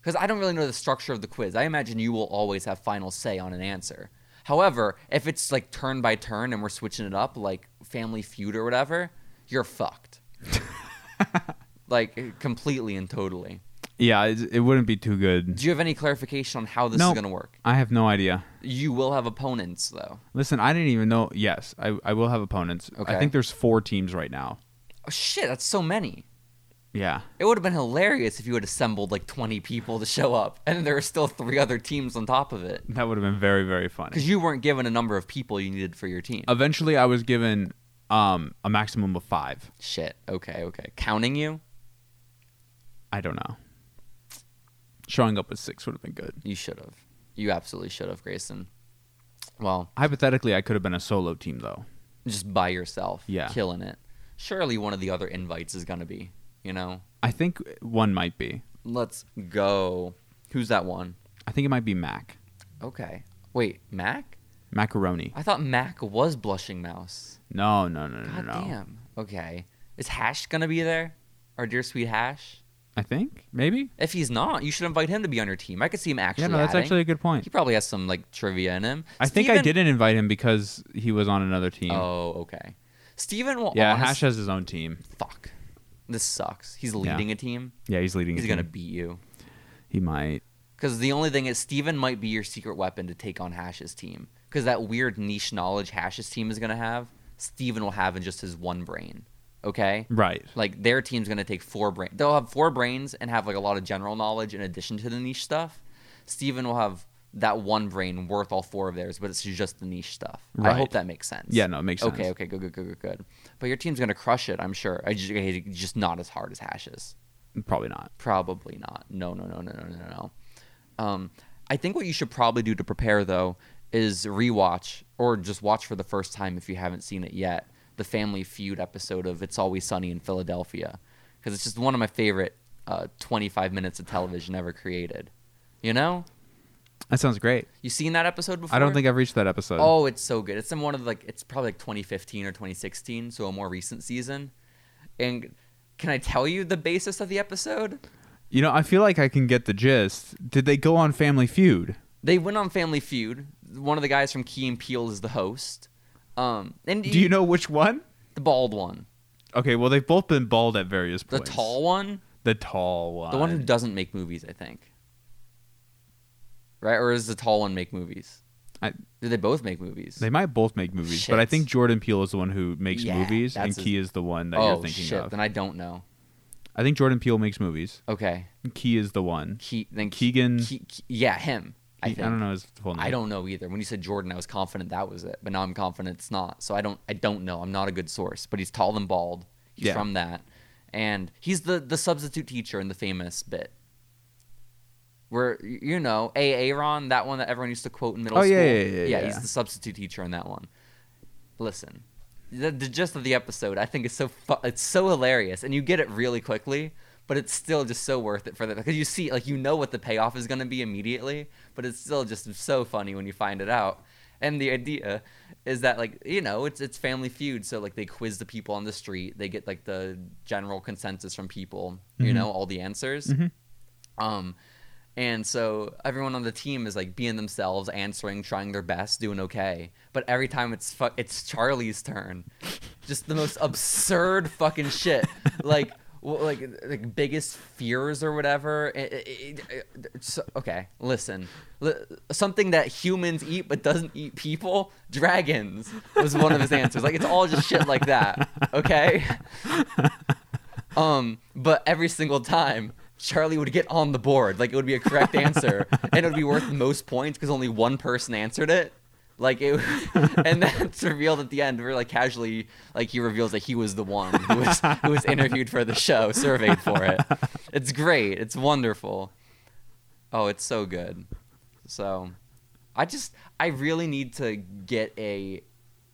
Speaker 1: Because I don't really know the structure of the quiz. I imagine you will always have final say on an answer. However, if it's like turn by turn and we're switching it up, like Family Feud or whatever, you're fucked. like completely and totally.
Speaker 2: Yeah, it, it wouldn't be too good.
Speaker 1: Do you have any clarification on how this
Speaker 2: No.
Speaker 1: is going to work?
Speaker 2: I have no idea.
Speaker 1: You will have opponents though.
Speaker 2: Listen, I didn't even know. Yes, I, I will have opponents.
Speaker 1: Okay.
Speaker 2: I think there's four teams right now.
Speaker 1: Oh, shit, that's so many.
Speaker 2: Yeah.
Speaker 1: It would have been hilarious if you had assembled like 20 people to show up and there were still three other teams on top of it.
Speaker 2: That would have been very, very funny.
Speaker 1: because you weren't given a number of people you needed for your team. Oh,
Speaker 2: Eventually, I was given um, a maximum of five.
Speaker 1: Shit. Okay. Okay. Counting you,
Speaker 2: I don't know. Showing up with six would have been good.
Speaker 1: you should have. You absolutely should have, Grayson. Well,
Speaker 2: Hypothetically, I could have been a solo team though.
Speaker 1: just by yourself,
Speaker 2: Yeah.
Speaker 1: killing it. Surely one of the other invites is gonna be, you know.
Speaker 2: I think one might be.
Speaker 1: Let's go. Who's that one?
Speaker 2: I think it might be Mac
Speaker 1: Okay. Wait, Mac?
Speaker 2: Macaroni.
Speaker 1: I thought Mac was blushing mouse.
Speaker 2: No, no, no, no,
Speaker 1: God
Speaker 2: no.
Speaker 1: damn. Okay. Is Hash gonna be there? Our dear sweet Hash.
Speaker 2: I think maybe.
Speaker 1: If he's not, you should invite him to be on your team. I could see him actually.
Speaker 2: yeah, no, that's
Speaker 1: adding.
Speaker 2: actually a good point.
Speaker 1: He probably has some like trivia in him.
Speaker 2: I think I
Speaker 1: Steven-
Speaker 2: didn't invite him because he was on another team.
Speaker 1: Oh, okay. Steven will
Speaker 2: yeah,
Speaker 1: honest-
Speaker 2: Hash has his own team.
Speaker 1: fuck. This sucks. He's leading a team.
Speaker 2: Yeah, he's leading.
Speaker 1: He's
Speaker 2: his
Speaker 1: gonna
Speaker 2: team.
Speaker 1: beat you.
Speaker 2: He might.
Speaker 1: Because the only thing is, Steven might be your secret weapon to take on Hash's team. Because that weird niche knowledge Hash's team is gonna have, Steven will have in just his one brain. Okay.
Speaker 2: Right.
Speaker 1: Like their team's gonna take four brain. They'll have four brains and have like a lot of general knowledge in addition to the niche stuff. Steven will have that one brain worth all four of theirs, but it's just the niche stuff. I
Speaker 2: Right.
Speaker 1: hope that makes sense.
Speaker 2: Yeah, no, it makes sense.
Speaker 1: Okay, okay, good, good, good, good, good. But your team's gonna crush it, I'm sure. I just, just not as hard as Hashes.
Speaker 2: Probably not.
Speaker 1: Probably not. No, no, no, no, no, no, no, no. Um, I think what you should probably do to prepare though is rewatch or just watch for the first time if you haven't seen it yet the Family Feud episode of It's Always Sunny in Philadelphia because it's just one of my favorite uh, 25 minutes of television ever created. You know,
Speaker 2: That sounds great.
Speaker 1: you seen that episode before?
Speaker 2: I don't think I've reached that episode.
Speaker 1: Oh, it's so good. It's in one of the, like it's probably like 2015 or 2016, so a more recent season. And can I tell you the basis of the episode?
Speaker 2: You know, I feel like I can get the gist. Did they go on Family Feud?
Speaker 1: They went on Family Feud. One of the guys from Key and Peele is the host. Um, and
Speaker 2: Do you know which one?
Speaker 1: the bald one,
Speaker 2: Okay, well they've both been bald at various
Speaker 1: the
Speaker 2: points.
Speaker 1: tall one,
Speaker 2: the tall one,
Speaker 1: the one who doesn't make movies? I think. Right, or does the tall one make movies?
Speaker 2: I-
Speaker 1: Do they both make movies?
Speaker 2: They might both make movies, but I
Speaker 1: Shit.
Speaker 2: think Jordan Peele is the one who makes
Speaker 1: Yeah,
Speaker 2: movies, and
Speaker 1: that's
Speaker 2: Key is the one that
Speaker 1: oh
Speaker 2: you're thinking
Speaker 1: shit!
Speaker 2: of.
Speaker 1: Then I don't know.
Speaker 2: I think Jordan Peele makes movies.
Speaker 1: Okay,
Speaker 2: and Key is the one.
Speaker 1: Ke- then Ke-
Speaker 2: Keegan.
Speaker 1: Ke- Ke- yeah, him. I
Speaker 2: Ke-
Speaker 1: think.
Speaker 2: don't know his full name.
Speaker 1: I don't know either. When you said Jordan, I was confident that was it, but now I'm confident it's not. So I don't I don't know. I'm not a good source. But he's tall and bald. He's
Speaker 2: Yeah.
Speaker 1: from that. And he's the the substitute teacher in the famous bit. Where y- you know, A Aaron, that one that everyone used to quote in middle
Speaker 2: Oh,
Speaker 1: school.
Speaker 2: yeah, yeah, yeah, yeah,
Speaker 1: he's
Speaker 2: yeah.
Speaker 1: the substitute teacher in that one. Listen. The, the gist of the episode, I think, is so fu- it's so hilarious, and you get it really quickly, but it's still just so worth it for that because you see, like, you know what the payoff is going to be immediately, but it's still just so funny when you find it out. And the idea is that, like, you know, it's it's Family Feud, so like they quiz the people on the street, they get like
Speaker 2: Mm-hmm.
Speaker 1: the general consensus from people, you know, all the answers. Um, And so everyone on the team is like being themselves, answering, trying their best, doing okay. But every time it's fu- it's Charlie's turn, just the most absurd fucking shit. Like well, like like biggest fears or whatever. It- it- it- it- so- okay, listen, Li- something that humans eat but doesn't eat people. Dragons was one of his answers. Like it's all just shit like that. Okay. Um, but every single time, Charlie would get on the board. Like it would be a correct answer, and it would be worth most points because only one person answered it. Like it, and that's revealed at the end. We're like casually, like he reveals that he was the one who was who was interviewed for the show, surveyed for it. It's great. It's wonderful. Oh, it's so good. So, I just I really need to get a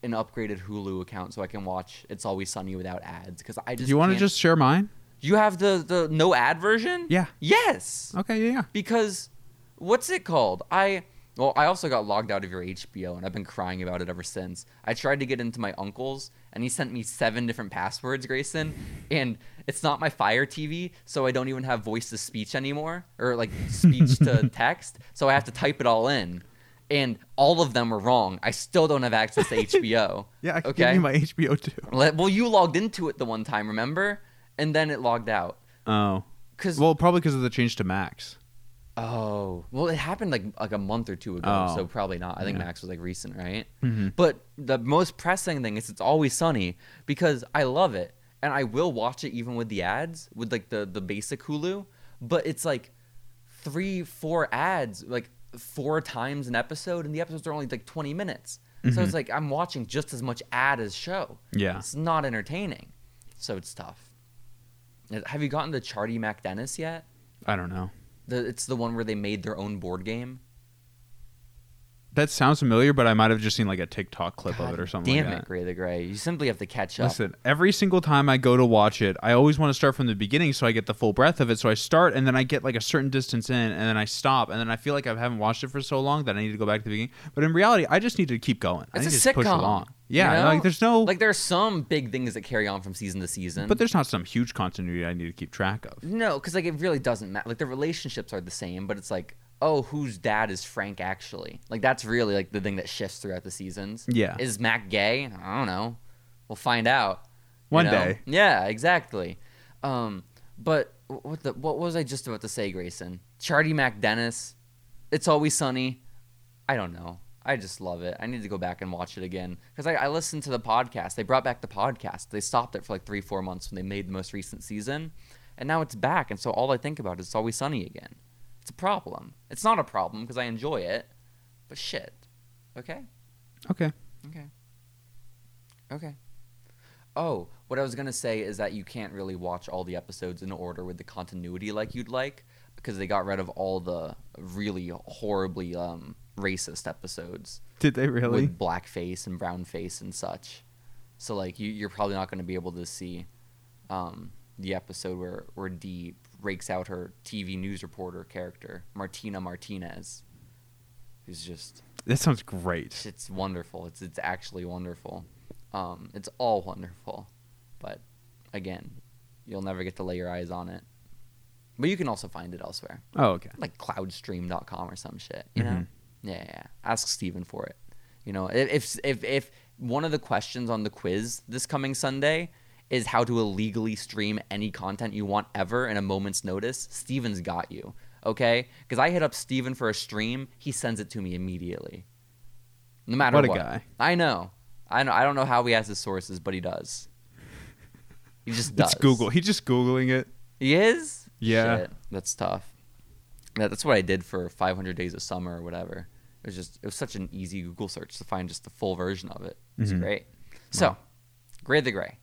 Speaker 1: an upgraded Hulu account so I can watch It's Always Sunny without ads because I
Speaker 2: Do
Speaker 1: just
Speaker 2: you want to
Speaker 1: can't-
Speaker 2: just share mine?
Speaker 1: you have the the no ad version?
Speaker 2: Yeah.
Speaker 1: Yes.
Speaker 2: Okay, yeah, yeah.
Speaker 1: Because what's it called? I well, I also got logged out of your HBO and I've been crying about it ever since. I tried to get into my uncle's and he sent me seven different passwords, Grayson, and it's not my Fire TV, so I don't even have voice to speech anymore or like speech to text, so I have to type it all in. And all of them were wrong. I still don't have access to HBO.
Speaker 2: Yeah, I can give you my HBO too.
Speaker 1: Let- well, you logged into it the one time, remember? And then it logged out.
Speaker 2: Oh.
Speaker 1: Cause
Speaker 2: Well, probably because of the change to Max.
Speaker 1: oh well, it happened like like a month or two ago,
Speaker 2: Oh.
Speaker 1: so probably not. I think
Speaker 2: Yeah.
Speaker 1: Max was like recent, right?
Speaker 2: Mhm.
Speaker 1: But the most pressing thing is it's always sunny because I love it and I will watch it even with the ads with like the the basic Hulu, but it's like three four ads like four times an episode and the episodes are only like 20 minutes. So it's like I'm watching just as much ad as show.
Speaker 2: Mm-hmm. Yeah.
Speaker 1: It's not entertaining. So it's tough. Have you gotten to Charlie Mac Dennis yet?
Speaker 2: I don't know.
Speaker 1: The, it's the one where they made their own board game.
Speaker 2: That sounds familiar, but I might have just seen like a TikTok clip
Speaker 1: God
Speaker 2: of it or something
Speaker 1: Damn
Speaker 2: like
Speaker 1: it,
Speaker 2: that.
Speaker 1: Gray the Gray. You simply have to catch up.
Speaker 2: Listen, every single time I go to watch it, I always want to start from the beginning so I get the full breadth of it. So I start and then I get like a certain distance in and then I stop and then I feel like I haven't watched it for so long that I need to go back to the beginning. But in reality, I just need to keep going. I
Speaker 1: It's
Speaker 2: need
Speaker 1: a
Speaker 2: to just push
Speaker 1: sitcom,
Speaker 2: along.
Speaker 1: you
Speaker 2: Yeah,
Speaker 1: know?
Speaker 2: like there's no
Speaker 1: Like there are some big things that carry on from season to season.
Speaker 2: oh. but there's not some huge continuity I need to keep track of.
Speaker 1: no, because like it really doesn't matter. Like the relationships are the same, but it's like, oh, whose dad is Frank actually? Like that's really like the thing that shifts throughout the seasons.
Speaker 2: Yeah.
Speaker 1: Is Mac gay? I don't know. We'll find out. you
Speaker 2: One
Speaker 1: know?
Speaker 2: day.
Speaker 1: Yeah, exactly. Um, but wh- what the what was I just about to say, Grayson? Charlie Mac Dennis. It's always sunny. I don't know. I just love it. I need to go back and watch it again because I, I listened to the podcast. They brought back the podcast. They stopped it for like three, four months when they made the most recent season, and now it's back. And so all I think about is it's always sunny again. It's a problem. It's not a problem because I enjoy it, but shit. Okay.
Speaker 2: Okay.
Speaker 1: Okay. Okay. Oh, what I was gonna say is that you can't really watch all the episodes in order with the continuity like you'd like because they got rid of all the really horribly um, racist episodes
Speaker 2: Did they really?
Speaker 1: with blackface and brownface and such. So like you, you're probably not gonna be able to see um, the episode where where Dee rakes out her TV news reporter character Martina Martinez, who's just
Speaker 2: That sounds great.
Speaker 1: it's wonderful. It's it's actually wonderful. Um, it's all wonderful, but again, you'll never get to lay your eyes on it. But you can also find it elsewhere,
Speaker 2: Oh, okay.
Speaker 1: like cloudstream.com or some shit. You know?
Speaker 2: Mhm.
Speaker 1: Yeah, yeah, yeah. Ask Steven for it. You know, i- if if if one of the questions on the quiz this coming Sunday is how to illegally stream any content you want ever in a moment's notice, Steven's got you. Okay? Because I hit up Steven for a stream, he sends it to me immediately. No matter
Speaker 2: What
Speaker 1: what.
Speaker 2: a guy.
Speaker 1: I know. I know. I don't know how he has his sources, but he does. He just does.
Speaker 2: It's Google. He's just Googling it.
Speaker 1: He is?
Speaker 2: Yeah.
Speaker 1: Shit, that's tough. That- That's what I did for 500 Days of Summer or whatever. It was just, it was such an easy Google search to find just the full version of it. It's
Speaker 2: Mhm.
Speaker 1: great. So, Gray the Gray,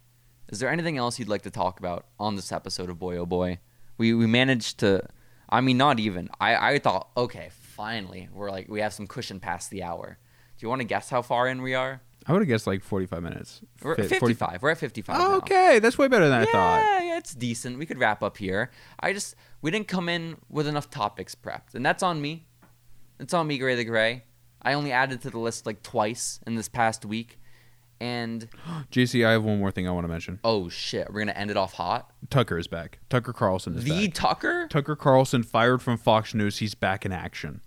Speaker 1: is there anything else you'd like to talk about on this episode of Boy Oh Boy? We, we managed to, I mean, not even. I, I thought, okay, finally, we're like, we have some cushion past the hour. Do you want to guess how far in we are?
Speaker 2: I would have guessed like 45 minutes.
Speaker 1: We're at
Speaker 2: Fi-
Speaker 1: 55.
Speaker 2: 40
Speaker 1: We're at 55.
Speaker 2: Oh,
Speaker 1: now.
Speaker 2: okay. That's way better than I
Speaker 1: yeah,
Speaker 2: thought.
Speaker 1: yeah, it's decent. We could wrap up here. I just we didn't come in with enough topics prepped, and that's on me. It's on me, Gray the Gray. I only added to the list like twice in this past week, And
Speaker 2: JC, I have one more thing I want to mention.
Speaker 1: oh shit, we're gonna end it off hot.
Speaker 2: Tucker is back. Tucker Carlson is
Speaker 1: The
Speaker 2: back.
Speaker 1: Tucker?
Speaker 2: Tucker Carlson fired from Fox News. He's back in action.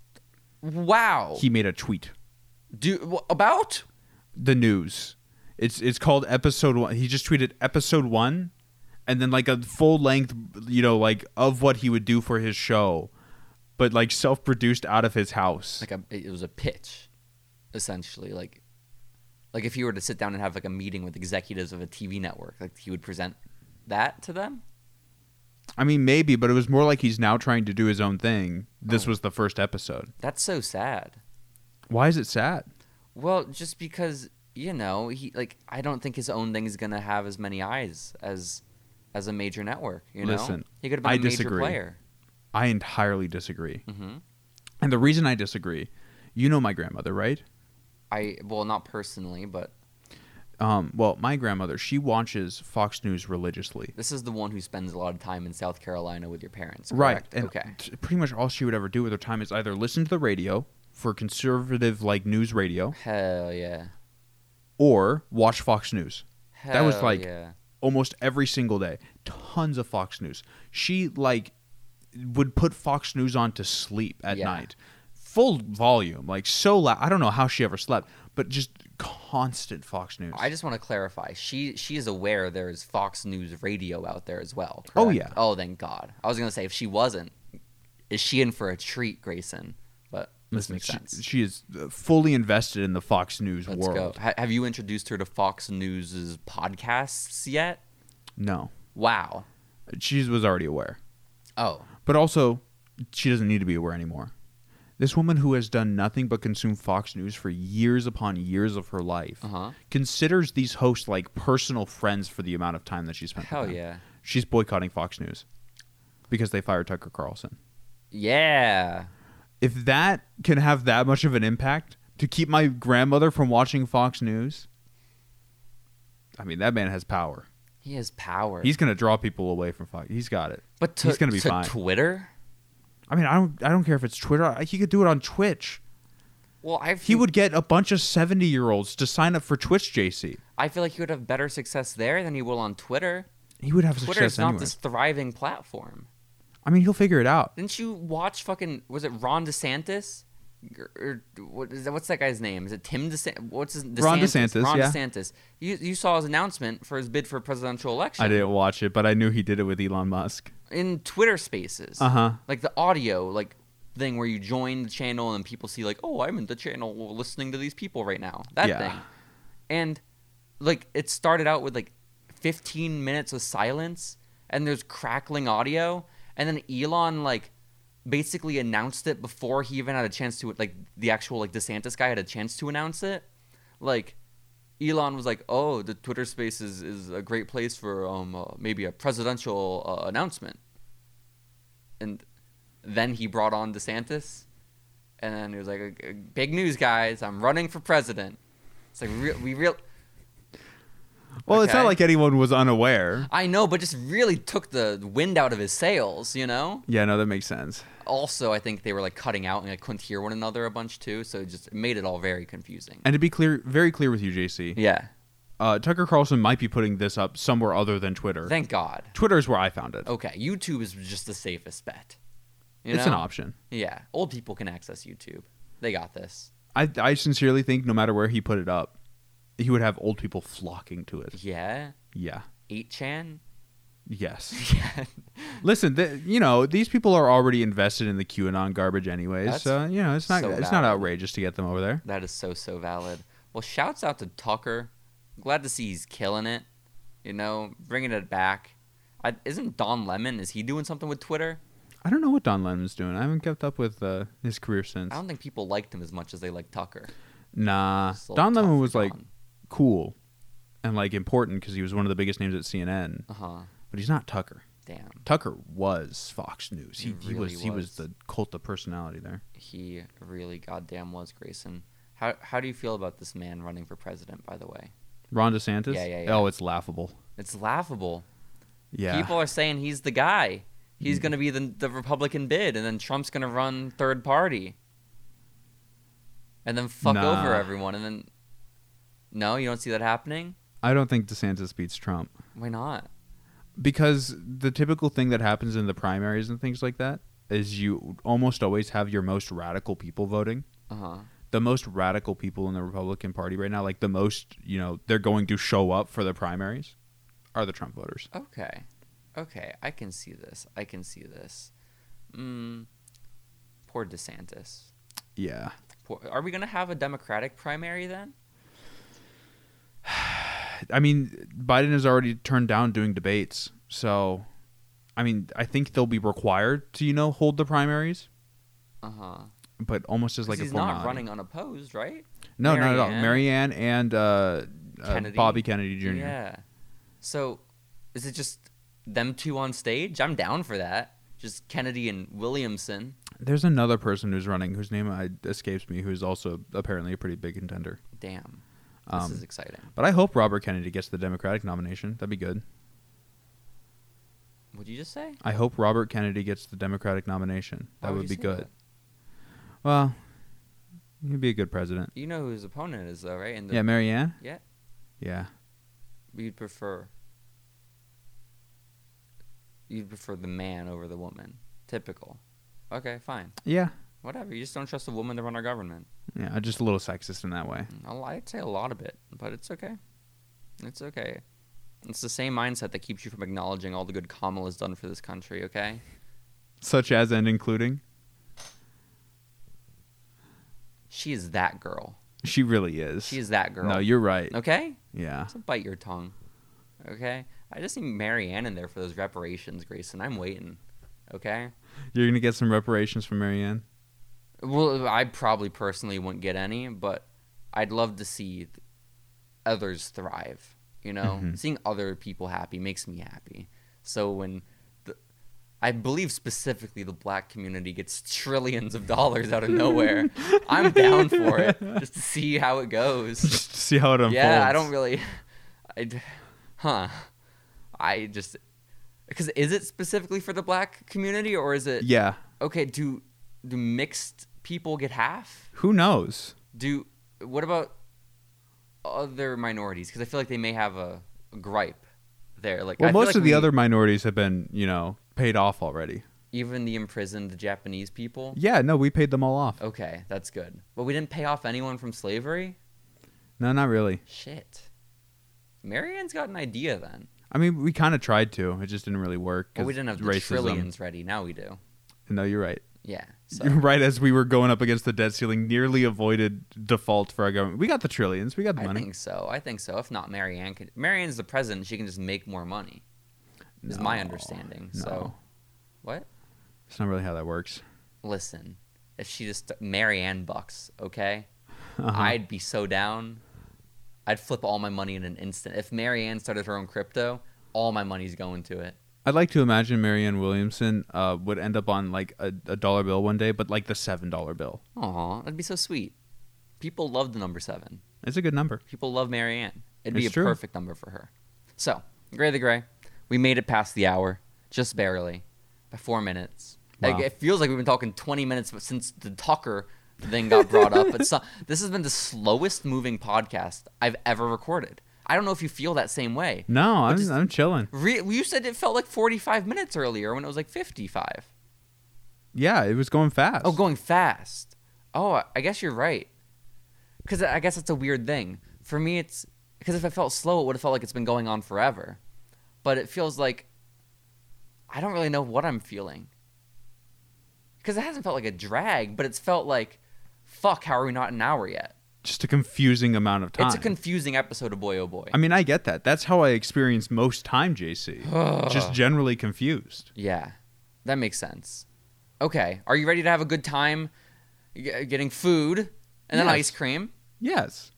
Speaker 1: Wow.
Speaker 2: He made a tweet.
Speaker 1: Do wh- about?
Speaker 2: The news. It's it's called episode one. He just tweeted episode one, and then like a full length, you know, like of what he would do for his show, but like self produced out of his house.
Speaker 1: Like a, it was a pitch, essentially. Like, like if you were to sit down and have like a meeting with executives of a TV network, like he would present that to them.
Speaker 2: I mean, maybe, but it was more like he's now trying to do his own thing.
Speaker 1: Oh.
Speaker 2: This was the first episode.
Speaker 1: That's so sad.
Speaker 2: Why is it sad?
Speaker 1: Well, just because you know he like I don't think his own thing is gonna have as many eyes as as a major network. You know,
Speaker 2: Listen,
Speaker 1: he could have been a
Speaker 2: I
Speaker 1: major
Speaker 2: disagree.
Speaker 1: player.
Speaker 2: I entirely disagree.
Speaker 1: Mm-hmm.
Speaker 2: And the reason I disagree, you know my grandmother, right?
Speaker 1: I well, not personally, but
Speaker 2: Um, well, my grandmother, she watches Fox News religiously.
Speaker 1: this is the one who spends a lot of time in South Carolina with your parents. correct?
Speaker 2: And
Speaker 1: okay.
Speaker 2: t- pretty much all she would ever do with her time is either listen to the radio for conservative like news radio
Speaker 1: Hell yeah.
Speaker 2: or watch Fox News.
Speaker 1: Hell
Speaker 2: That was like-
Speaker 1: yeah.
Speaker 2: Almost every single day, tons of Fox News. She like would put Fox News on to sleep at
Speaker 1: Yeah.
Speaker 2: night. Full volume, like so loud. I don't know how she ever slept, but just constant Fox News.
Speaker 1: I just want to clarify. She she is aware there is Fox News Radio out there as well.
Speaker 2: Oh,
Speaker 1: correct?
Speaker 2: yeah.
Speaker 1: Oh thank God. I was gonna say if she wasn't, is she in for a treat, Grayson? But this
Speaker 2: Listen,
Speaker 1: makes
Speaker 2: she,
Speaker 1: sense.
Speaker 2: she is uh, fully invested in the Fox News
Speaker 1: Let's
Speaker 2: world.
Speaker 1: go. Ha- have you introduced her to Fox News's podcasts yet?
Speaker 2: No,
Speaker 1: Wow.
Speaker 2: she was already aware,
Speaker 1: Oh,
Speaker 2: but also she doesn't need to be aware anymore. This woman who has done nothing but consume Fox News for years upon years of her life
Speaker 1: Uh-huh.
Speaker 2: considers these hosts like personal friends for the amount of time that she spent. with
Speaker 1: hell
Speaker 2: them.
Speaker 1: yeah.
Speaker 2: She's boycotting Fox News because they fired Tucker Carlson.
Speaker 1: Yeah.
Speaker 2: If that can have that much of an impact to keep my grandmother from watching Fox News, I mean that man has power.
Speaker 1: He has power.
Speaker 2: He's gonna draw people away from Fox. He's got it.
Speaker 1: but to,
Speaker 2: he's gonna be
Speaker 1: to
Speaker 2: fine.
Speaker 1: Twitter?
Speaker 2: I mean, I don't. I don't care if it's Twitter. I- He could do it on Twitch.
Speaker 1: Well, I
Speaker 2: He
Speaker 1: feel,
Speaker 2: would get a bunch of seventy-year-olds to sign up for Twitch. JC.
Speaker 1: I feel like he would have better success there than he will on Twitter.
Speaker 2: He would have
Speaker 1: Twitter is
Speaker 2: success
Speaker 1: not
Speaker 2: anyway.
Speaker 1: this thriving platform.
Speaker 2: I mean, he'll figure it out.
Speaker 1: Didn't you watch fucking was it Ron DeSantis? Or, or what is that, what's that guy's name? Is it Tim DeSantis? What's his DeSantis?
Speaker 2: Ron DeSantis,
Speaker 1: Ron
Speaker 2: yeah.
Speaker 1: DeSantis. You you saw his announcement for his bid for presidential election
Speaker 2: I didn't watch it, but I knew he did it with Elon Musk.
Speaker 1: in Twitter Spaces.
Speaker 2: Uh huh.
Speaker 1: like the audio like thing where you join the channel and people see like oh i'm in the channel listening to these people right now that
Speaker 2: Yeah.
Speaker 1: thing and like it started out with like 15 minutes of silence and there's crackling audio and then elon like basically announced it before he even had a chance to like the actual like desantis guy had a chance to announce it like Elon was like, "Oh, the Twitter Space is, is a great place for um uh, maybe a presidential uh, announcement," and then he brought on DeSantis, and then he was like, "Uh, "Big news, guys! I'm running for president." It's like re- we real.
Speaker 2: Well, it's not
Speaker 1: Okay.
Speaker 2: like anyone was unaware.
Speaker 1: I know, but just really took the wind out of his sails, you know.
Speaker 2: Yeah, no, that makes sense.
Speaker 1: Also, I think they were like cutting out and like couldn't hear one another a bunch too, so it just made it all very confusing.
Speaker 2: And to be clear, very clear with you, JC,
Speaker 1: Yeah,
Speaker 2: uh, Tucker Carlson might be putting this up somewhere other than Twitter.
Speaker 1: thank God.
Speaker 2: Twitter is where I found it.
Speaker 1: Okay, YouTube is just the safest bet. You
Speaker 2: it's
Speaker 1: know?
Speaker 2: an option.
Speaker 1: Yeah, old people can access YouTube. They got this.
Speaker 2: I, I sincerely think no matter where he put it up, he would have old people flocking to it.
Speaker 1: Yeah,
Speaker 2: Yeah.
Speaker 1: 8chan.
Speaker 2: Yes.
Speaker 1: Yeah,
Speaker 2: Listen, th- you know these people are already invested in the QAnon garbage, anyways.
Speaker 1: That's
Speaker 2: so you know it's not
Speaker 1: so
Speaker 2: it's not
Speaker 1: valid.
Speaker 2: outrageous to get them over there.
Speaker 1: that is so so valid. Well, shouts out to Tucker. Glad to see he's killing it. You know, bringing it back. I, isn't Don Lemon? Is he doing something with Twitter?
Speaker 2: I don't know what Don Lemon's doing. I haven't kept up with uh, his career since.
Speaker 1: I don't think people liked him as much as they like Tucker.
Speaker 2: Nah,
Speaker 1: This little
Speaker 2: Uh, Don Lemon
Speaker 1: tough
Speaker 2: was like
Speaker 1: Don.
Speaker 2: cool and like important because he was one of the biggest names at CNN.
Speaker 1: uh huh.
Speaker 2: But he's not Tucker.
Speaker 1: Damn,
Speaker 2: Tucker was Fox News. He,
Speaker 1: He
Speaker 2: he,
Speaker 1: really
Speaker 2: was, he was
Speaker 1: was.
Speaker 2: the cult of personality there.
Speaker 1: he really goddamn was Grayson. How how do you feel about this man running for president? By the way,
Speaker 2: Ron DeSantis.
Speaker 1: Yeah, yeah, yeah.
Speaker 2: Oh, it's laughable.
Speaker 1: it's laughable.
Speaker 2: Yeah. Hmm.
Speaker 1: People are saying he's the guy. He's going to be the, the Republican bid, and then Trump's going to run third party. And then fuck
Speaker 2: Nah.
Speaker 1: over everyone. And then No, you don't see that happening?
Speaker 2: I don't think DeSantis beats Trump
Speaker 1: Why not?
Speaker 2: because the typical thing that happens in the primaries and things like that is you almost always have your most radical people voting.
Speaker 1: Uh huh.
Speaker 2: The most radical people in the Republican Party right now, like the most, you know, they're going to show up for the primaries, are the Trump voters.
Speaker 1: Okay. Okay. I can see this. I can see this. Mm. Poor DeSantis.
Speaker 2: Yeah.
Speaker 1: Poor. Are we going to have a Democratic primary then?
Speaker 2: I mean, Biden has already turned down doing debates. So, I mean, I think they'll be required to, you know, hold the primaries,
Speaker 1: Uh huh.
Speaker 2: but almost as like a
Speaker 1: he's not
Speaker 2: formality.
Speaker 1: running unopposed, right?
Speaker 2: No, not at all.
Speaker 1: Marianne.
Speaker 2: Marianne and uh, uh,
Speaker 1: Kennedy.
Speaker 2: Bobby Kennedy Jr.
Speaker 1: Yeah. So, is it just them two on stage? I'm down for that. Just Kennedy and Williamson.
Speaker 2: There's another person who's running whose name I, escapes me, who's also apparently a pretty big contender.
Speaker 1: Damn. This
Speaker 2: Um,
Speaker 1: is exciting.
Speaker 2: But I hope Robert Kennedy gets the Democratic nomination. That'd be good.
Speaker 1: What'd you just say?
Speaker 2: I hope Robert Kennedy gets the Democratic nomination.
Speaker 1: Why
Speaker 2: That would,
Speaker 1: you
Speaker 2: be
Speaker 1: say
Speaker 2: good.
Speaker 1: that?
Speaker 2: Well, he'd be a good president.
Speaker 1: You know who his opponent is, though, right? And the,
Speaker 2: yeah, Marianne.
Speaker 1: Yeah.
Speaker 2: Yeah.
Speaker 1: You'd prefer. You'd prefer the man over the woman. Typical. Okay, fine.
Speaker 2: Yeah.
Speaker 1: Whatever. You just don't trust a woman to run our government.
Speaker 2: Yeah, just a little sexist in that way.
Speaker 1: I'll- I'd say a lot of it, but it's okay. It's okay. It's the same mindset that keeps you from acknowledging all the good Kamala's done for this country, okay?
Speaker 2: Such as and including.
Speaker 1: She is that girl.
Speaker 2: She really is.
Speaker 1: She is that girl.
Speaker 2: No, you're right.
Speaker 1: okay?
Speaker 2: Yeah.
Speaker 1: So bite your tongue. Okay? I just need Marianne in there for those reparations, Grayson. I'm waiting. Okay?
Speaker 2: You're going to get some reparations from Marianne.
Speaker 1: Well, I probably personally wouldn't get any, but I'd love to see th- others thrive. You know,
Speaker 2: Mhm.
Speaker 1: seeing other people happy makes me happy. So when the, I believe specifically the black community gets trillions of dollars out of nowhere, I'm down for it just to see how it goes.
Speaker 2: Just to see how it unfolds.
Speaker 1: Yeah, I don't really, I, d- huh? I just because is it specifically for the black community or is it
Speaker 2: Yeah.
Speaker 1: okay? Do do mixed people get half?
Speaker 2: Who knows?
Speaker 1: Do what about other minorities? Because I feel like they may have a, a gripe there. Like,
Speaker 2: Well,
Speaker 1: I feel
Speaker 2: most
Speaker 1: like
Speaker 2: of the
Speaker 1: we-
Speaker 2: other minorities have been, you know, paid off already.
Speaker 1: even the imprisoned Japanese people.
Speaker 2: Yeah, no, we paid them all off.
Speaker 1: Okay, that's good. But we didn't pay off anyone from slavery.
Speaker 2: No, not really.
Speaker 1: Shit. Marianne's got an idea then.
Speaker 2: I mean, we kind of tried to. It just didn't really work.
Speaker 1: Well, we
Speaker 2: 'cause
Speaker 1: didn't have the
Speaker 2: racism.
Speaker 1: trillions ready. Now we do.
Speaker 2: No, you're right.
Speaker 1: Yeah. So
Speaker 2: You're right. As we were going up against the debt ceiling, nearly avoided default for our government. We got the trillions. We got the
Speaker 1: I
Speaker 2: money.
Speaker 1: think so. I think so. If not, Marianne could. Marianne's the president. She can just make more money. Is my
Speaker 2: No,
Speaker 1: understanding.
Speaker 2: no.
Speaker 1: So, what?
Speaker 2: It's not really how that works.
Speaker 1: Listen, if she just Marianne bucks, okay?
Speaker 2: Uh-huh.
Speaker 1: I'd be so down. I'd flip all my money in an instant. If Marianne started her own crypto, all my money's going to it.
Speaker 2: I'd like to imagine Marianne Williamson uh, would end up on like a, a dollar bill one day, but like the seven dollar bill.
Speaker 1: Aw, that'd be so sweet. People love the number seven.
Speaker 2: It's a good number.
Speaker 1: People love Marianne. It'd be
Speaker 2: It's
Speaker 1: a
Speaker 2: true.
Speaker 1: perfect number for her. So, Gray the Gray, we made it past the hour, just barely, by four minutes. Like,
Speaker 2: Wow.
Speaker 1: it feels like we've been talking 20 minutes but since the Tucker thing got brought up. But so, this has been the slowest moving podcast I've ever recorded. I don't know if you feel that same way.
Speaker 2: No, I'm
Speaker 1: just-
Speaker 2: I'm chilling.
Speaker 1: Re- you said it felt like 45 minutes earlier when it was like 55.
Speaker 2: Yeah, it was going fast.
Speaker 1: Oh, going fast. Oh, I- I guess you're right. Because I guess that's a weird thing. For me, it's because if it felt slow, it would have felt like it's been going on forever. But it feels like I don't really know what I'm feeling. Because it hasn't felt like a drag, but it's felt like, fuck, how are we not an hour yet?
Speaker 2: just a confusing amount of time.
Speaker 1: It's a confusing episode of Boy Oh Boy.
Speaker 2: I mean, I get that. That's how I experience most time, JC.
Speaker 1: Uh-huh.
Speaker 2: just generally confused.
Speaker 1: Yeah, that makes sense. Okay, are you ready to have a good time g- getting food and then
Speaker 2: Yes.
Speaker 1: ice cream?
Speaker 2: Yes.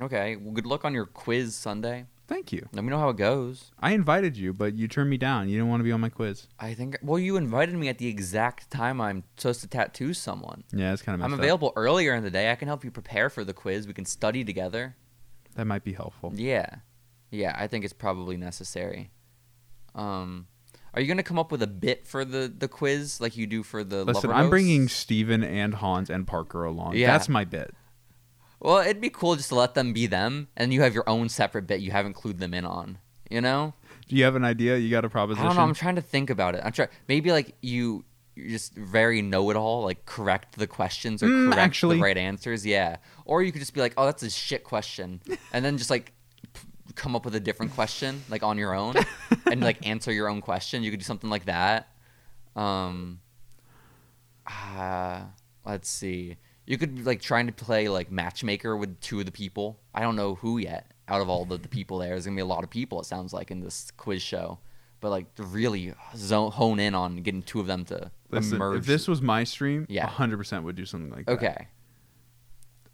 Speaker 1: Okay, well, good luck on your quiz Sunday.
Speaker 2: Thank you.
Speaker 1: Let me know how it goes.
Speaker 2: I invited you, but you turned me down. You didn't want to be on my quiz.
Speaker 1: I think. Well, you invited me at the exact time I'm supposed to tattoo someone.
Speaker 2: Yeah, it's kind of messed
Speaker 1: I'm
Speaker 2: up.
Speaker 1: available earlier in the day. I can help you prepare for the quiz. We can study together.
Speaker 2: That might be helpful.
Speaker 1: Yeah, yeah. I think it's probably necessary. Um, are you gonna come up with a bit for the the quiz like you do for the?
Speaker 2: Listen,
Speaker 1: Lover
Speaker 2: I'm
Speaker 1: Boats?
Speaker 2: bringing Steven and Hans and Parker along.
Speaker 1: Yeah.
Speaker 2: That's my bit.
Speaker 1: Well, it'd be cool just to let them be them, and you have your own separate bit you haven't clued them in on. You know?
Speaker 2: Do you have an idea? You got a proposition?
Speaker 1: I don't know. I'm trying to think about it. I'm trying. Maybe like you, you just very know-it-all, like correct the questions or
Speaker 2: Mm,
Speaker 1: correct
Speaker 2: actually.
Speaker 1: the right answers. Yeah. Or you could just be like, "Oh, that's a shit question," and then just like p- come up with a different question, like on your own, and like answer your own question. You could do something like that. Um. Uh, let's see. You could be like trying to play like matchmaker with two of the people. I don't know who yet out of all the, the people there. There's gonna be a lot of people. It sounds like in this quiz show, but like to really zone, hone in on getting two of them to
Speaker 2: Listen,
Speaker 1: emerge.
Speaker 2: if this was my stream,
Speaker 1: Yeah.
Speaker 2: 100% would do something like that.
Speaker 1: okay.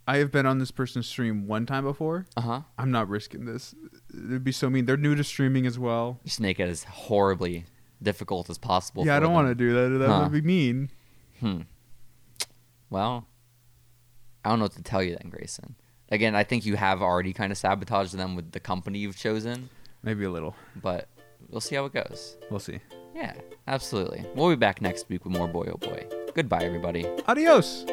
Speaker 2: I have been on this person's stream one time before.
Speaker 1: Uh huh.
Speaker 2: I'm not risking this. It'd be so mean. They're new to streaming as well.
Speaker 1: Just make it as horribly difficult as possible.
Speaker 2: yeah, I don't want to do that. That
Speaker 1: Huh.
Speaker 2: would be mean.
Speaker 1: Well, I don't know what to tell you then, Grayson. Again, I think you have already kind of sabotaged them with the company you've chosen,
Speaker 2: Maybe a little.
Speaker 1: but we'll see how it goes.
Speaker 2: We'll see.
Speaker 1: Yeah, absolutely. We'll be back next week with more Boy Oh Boy. Goodbye, everybody.
Speaker 2: Adios.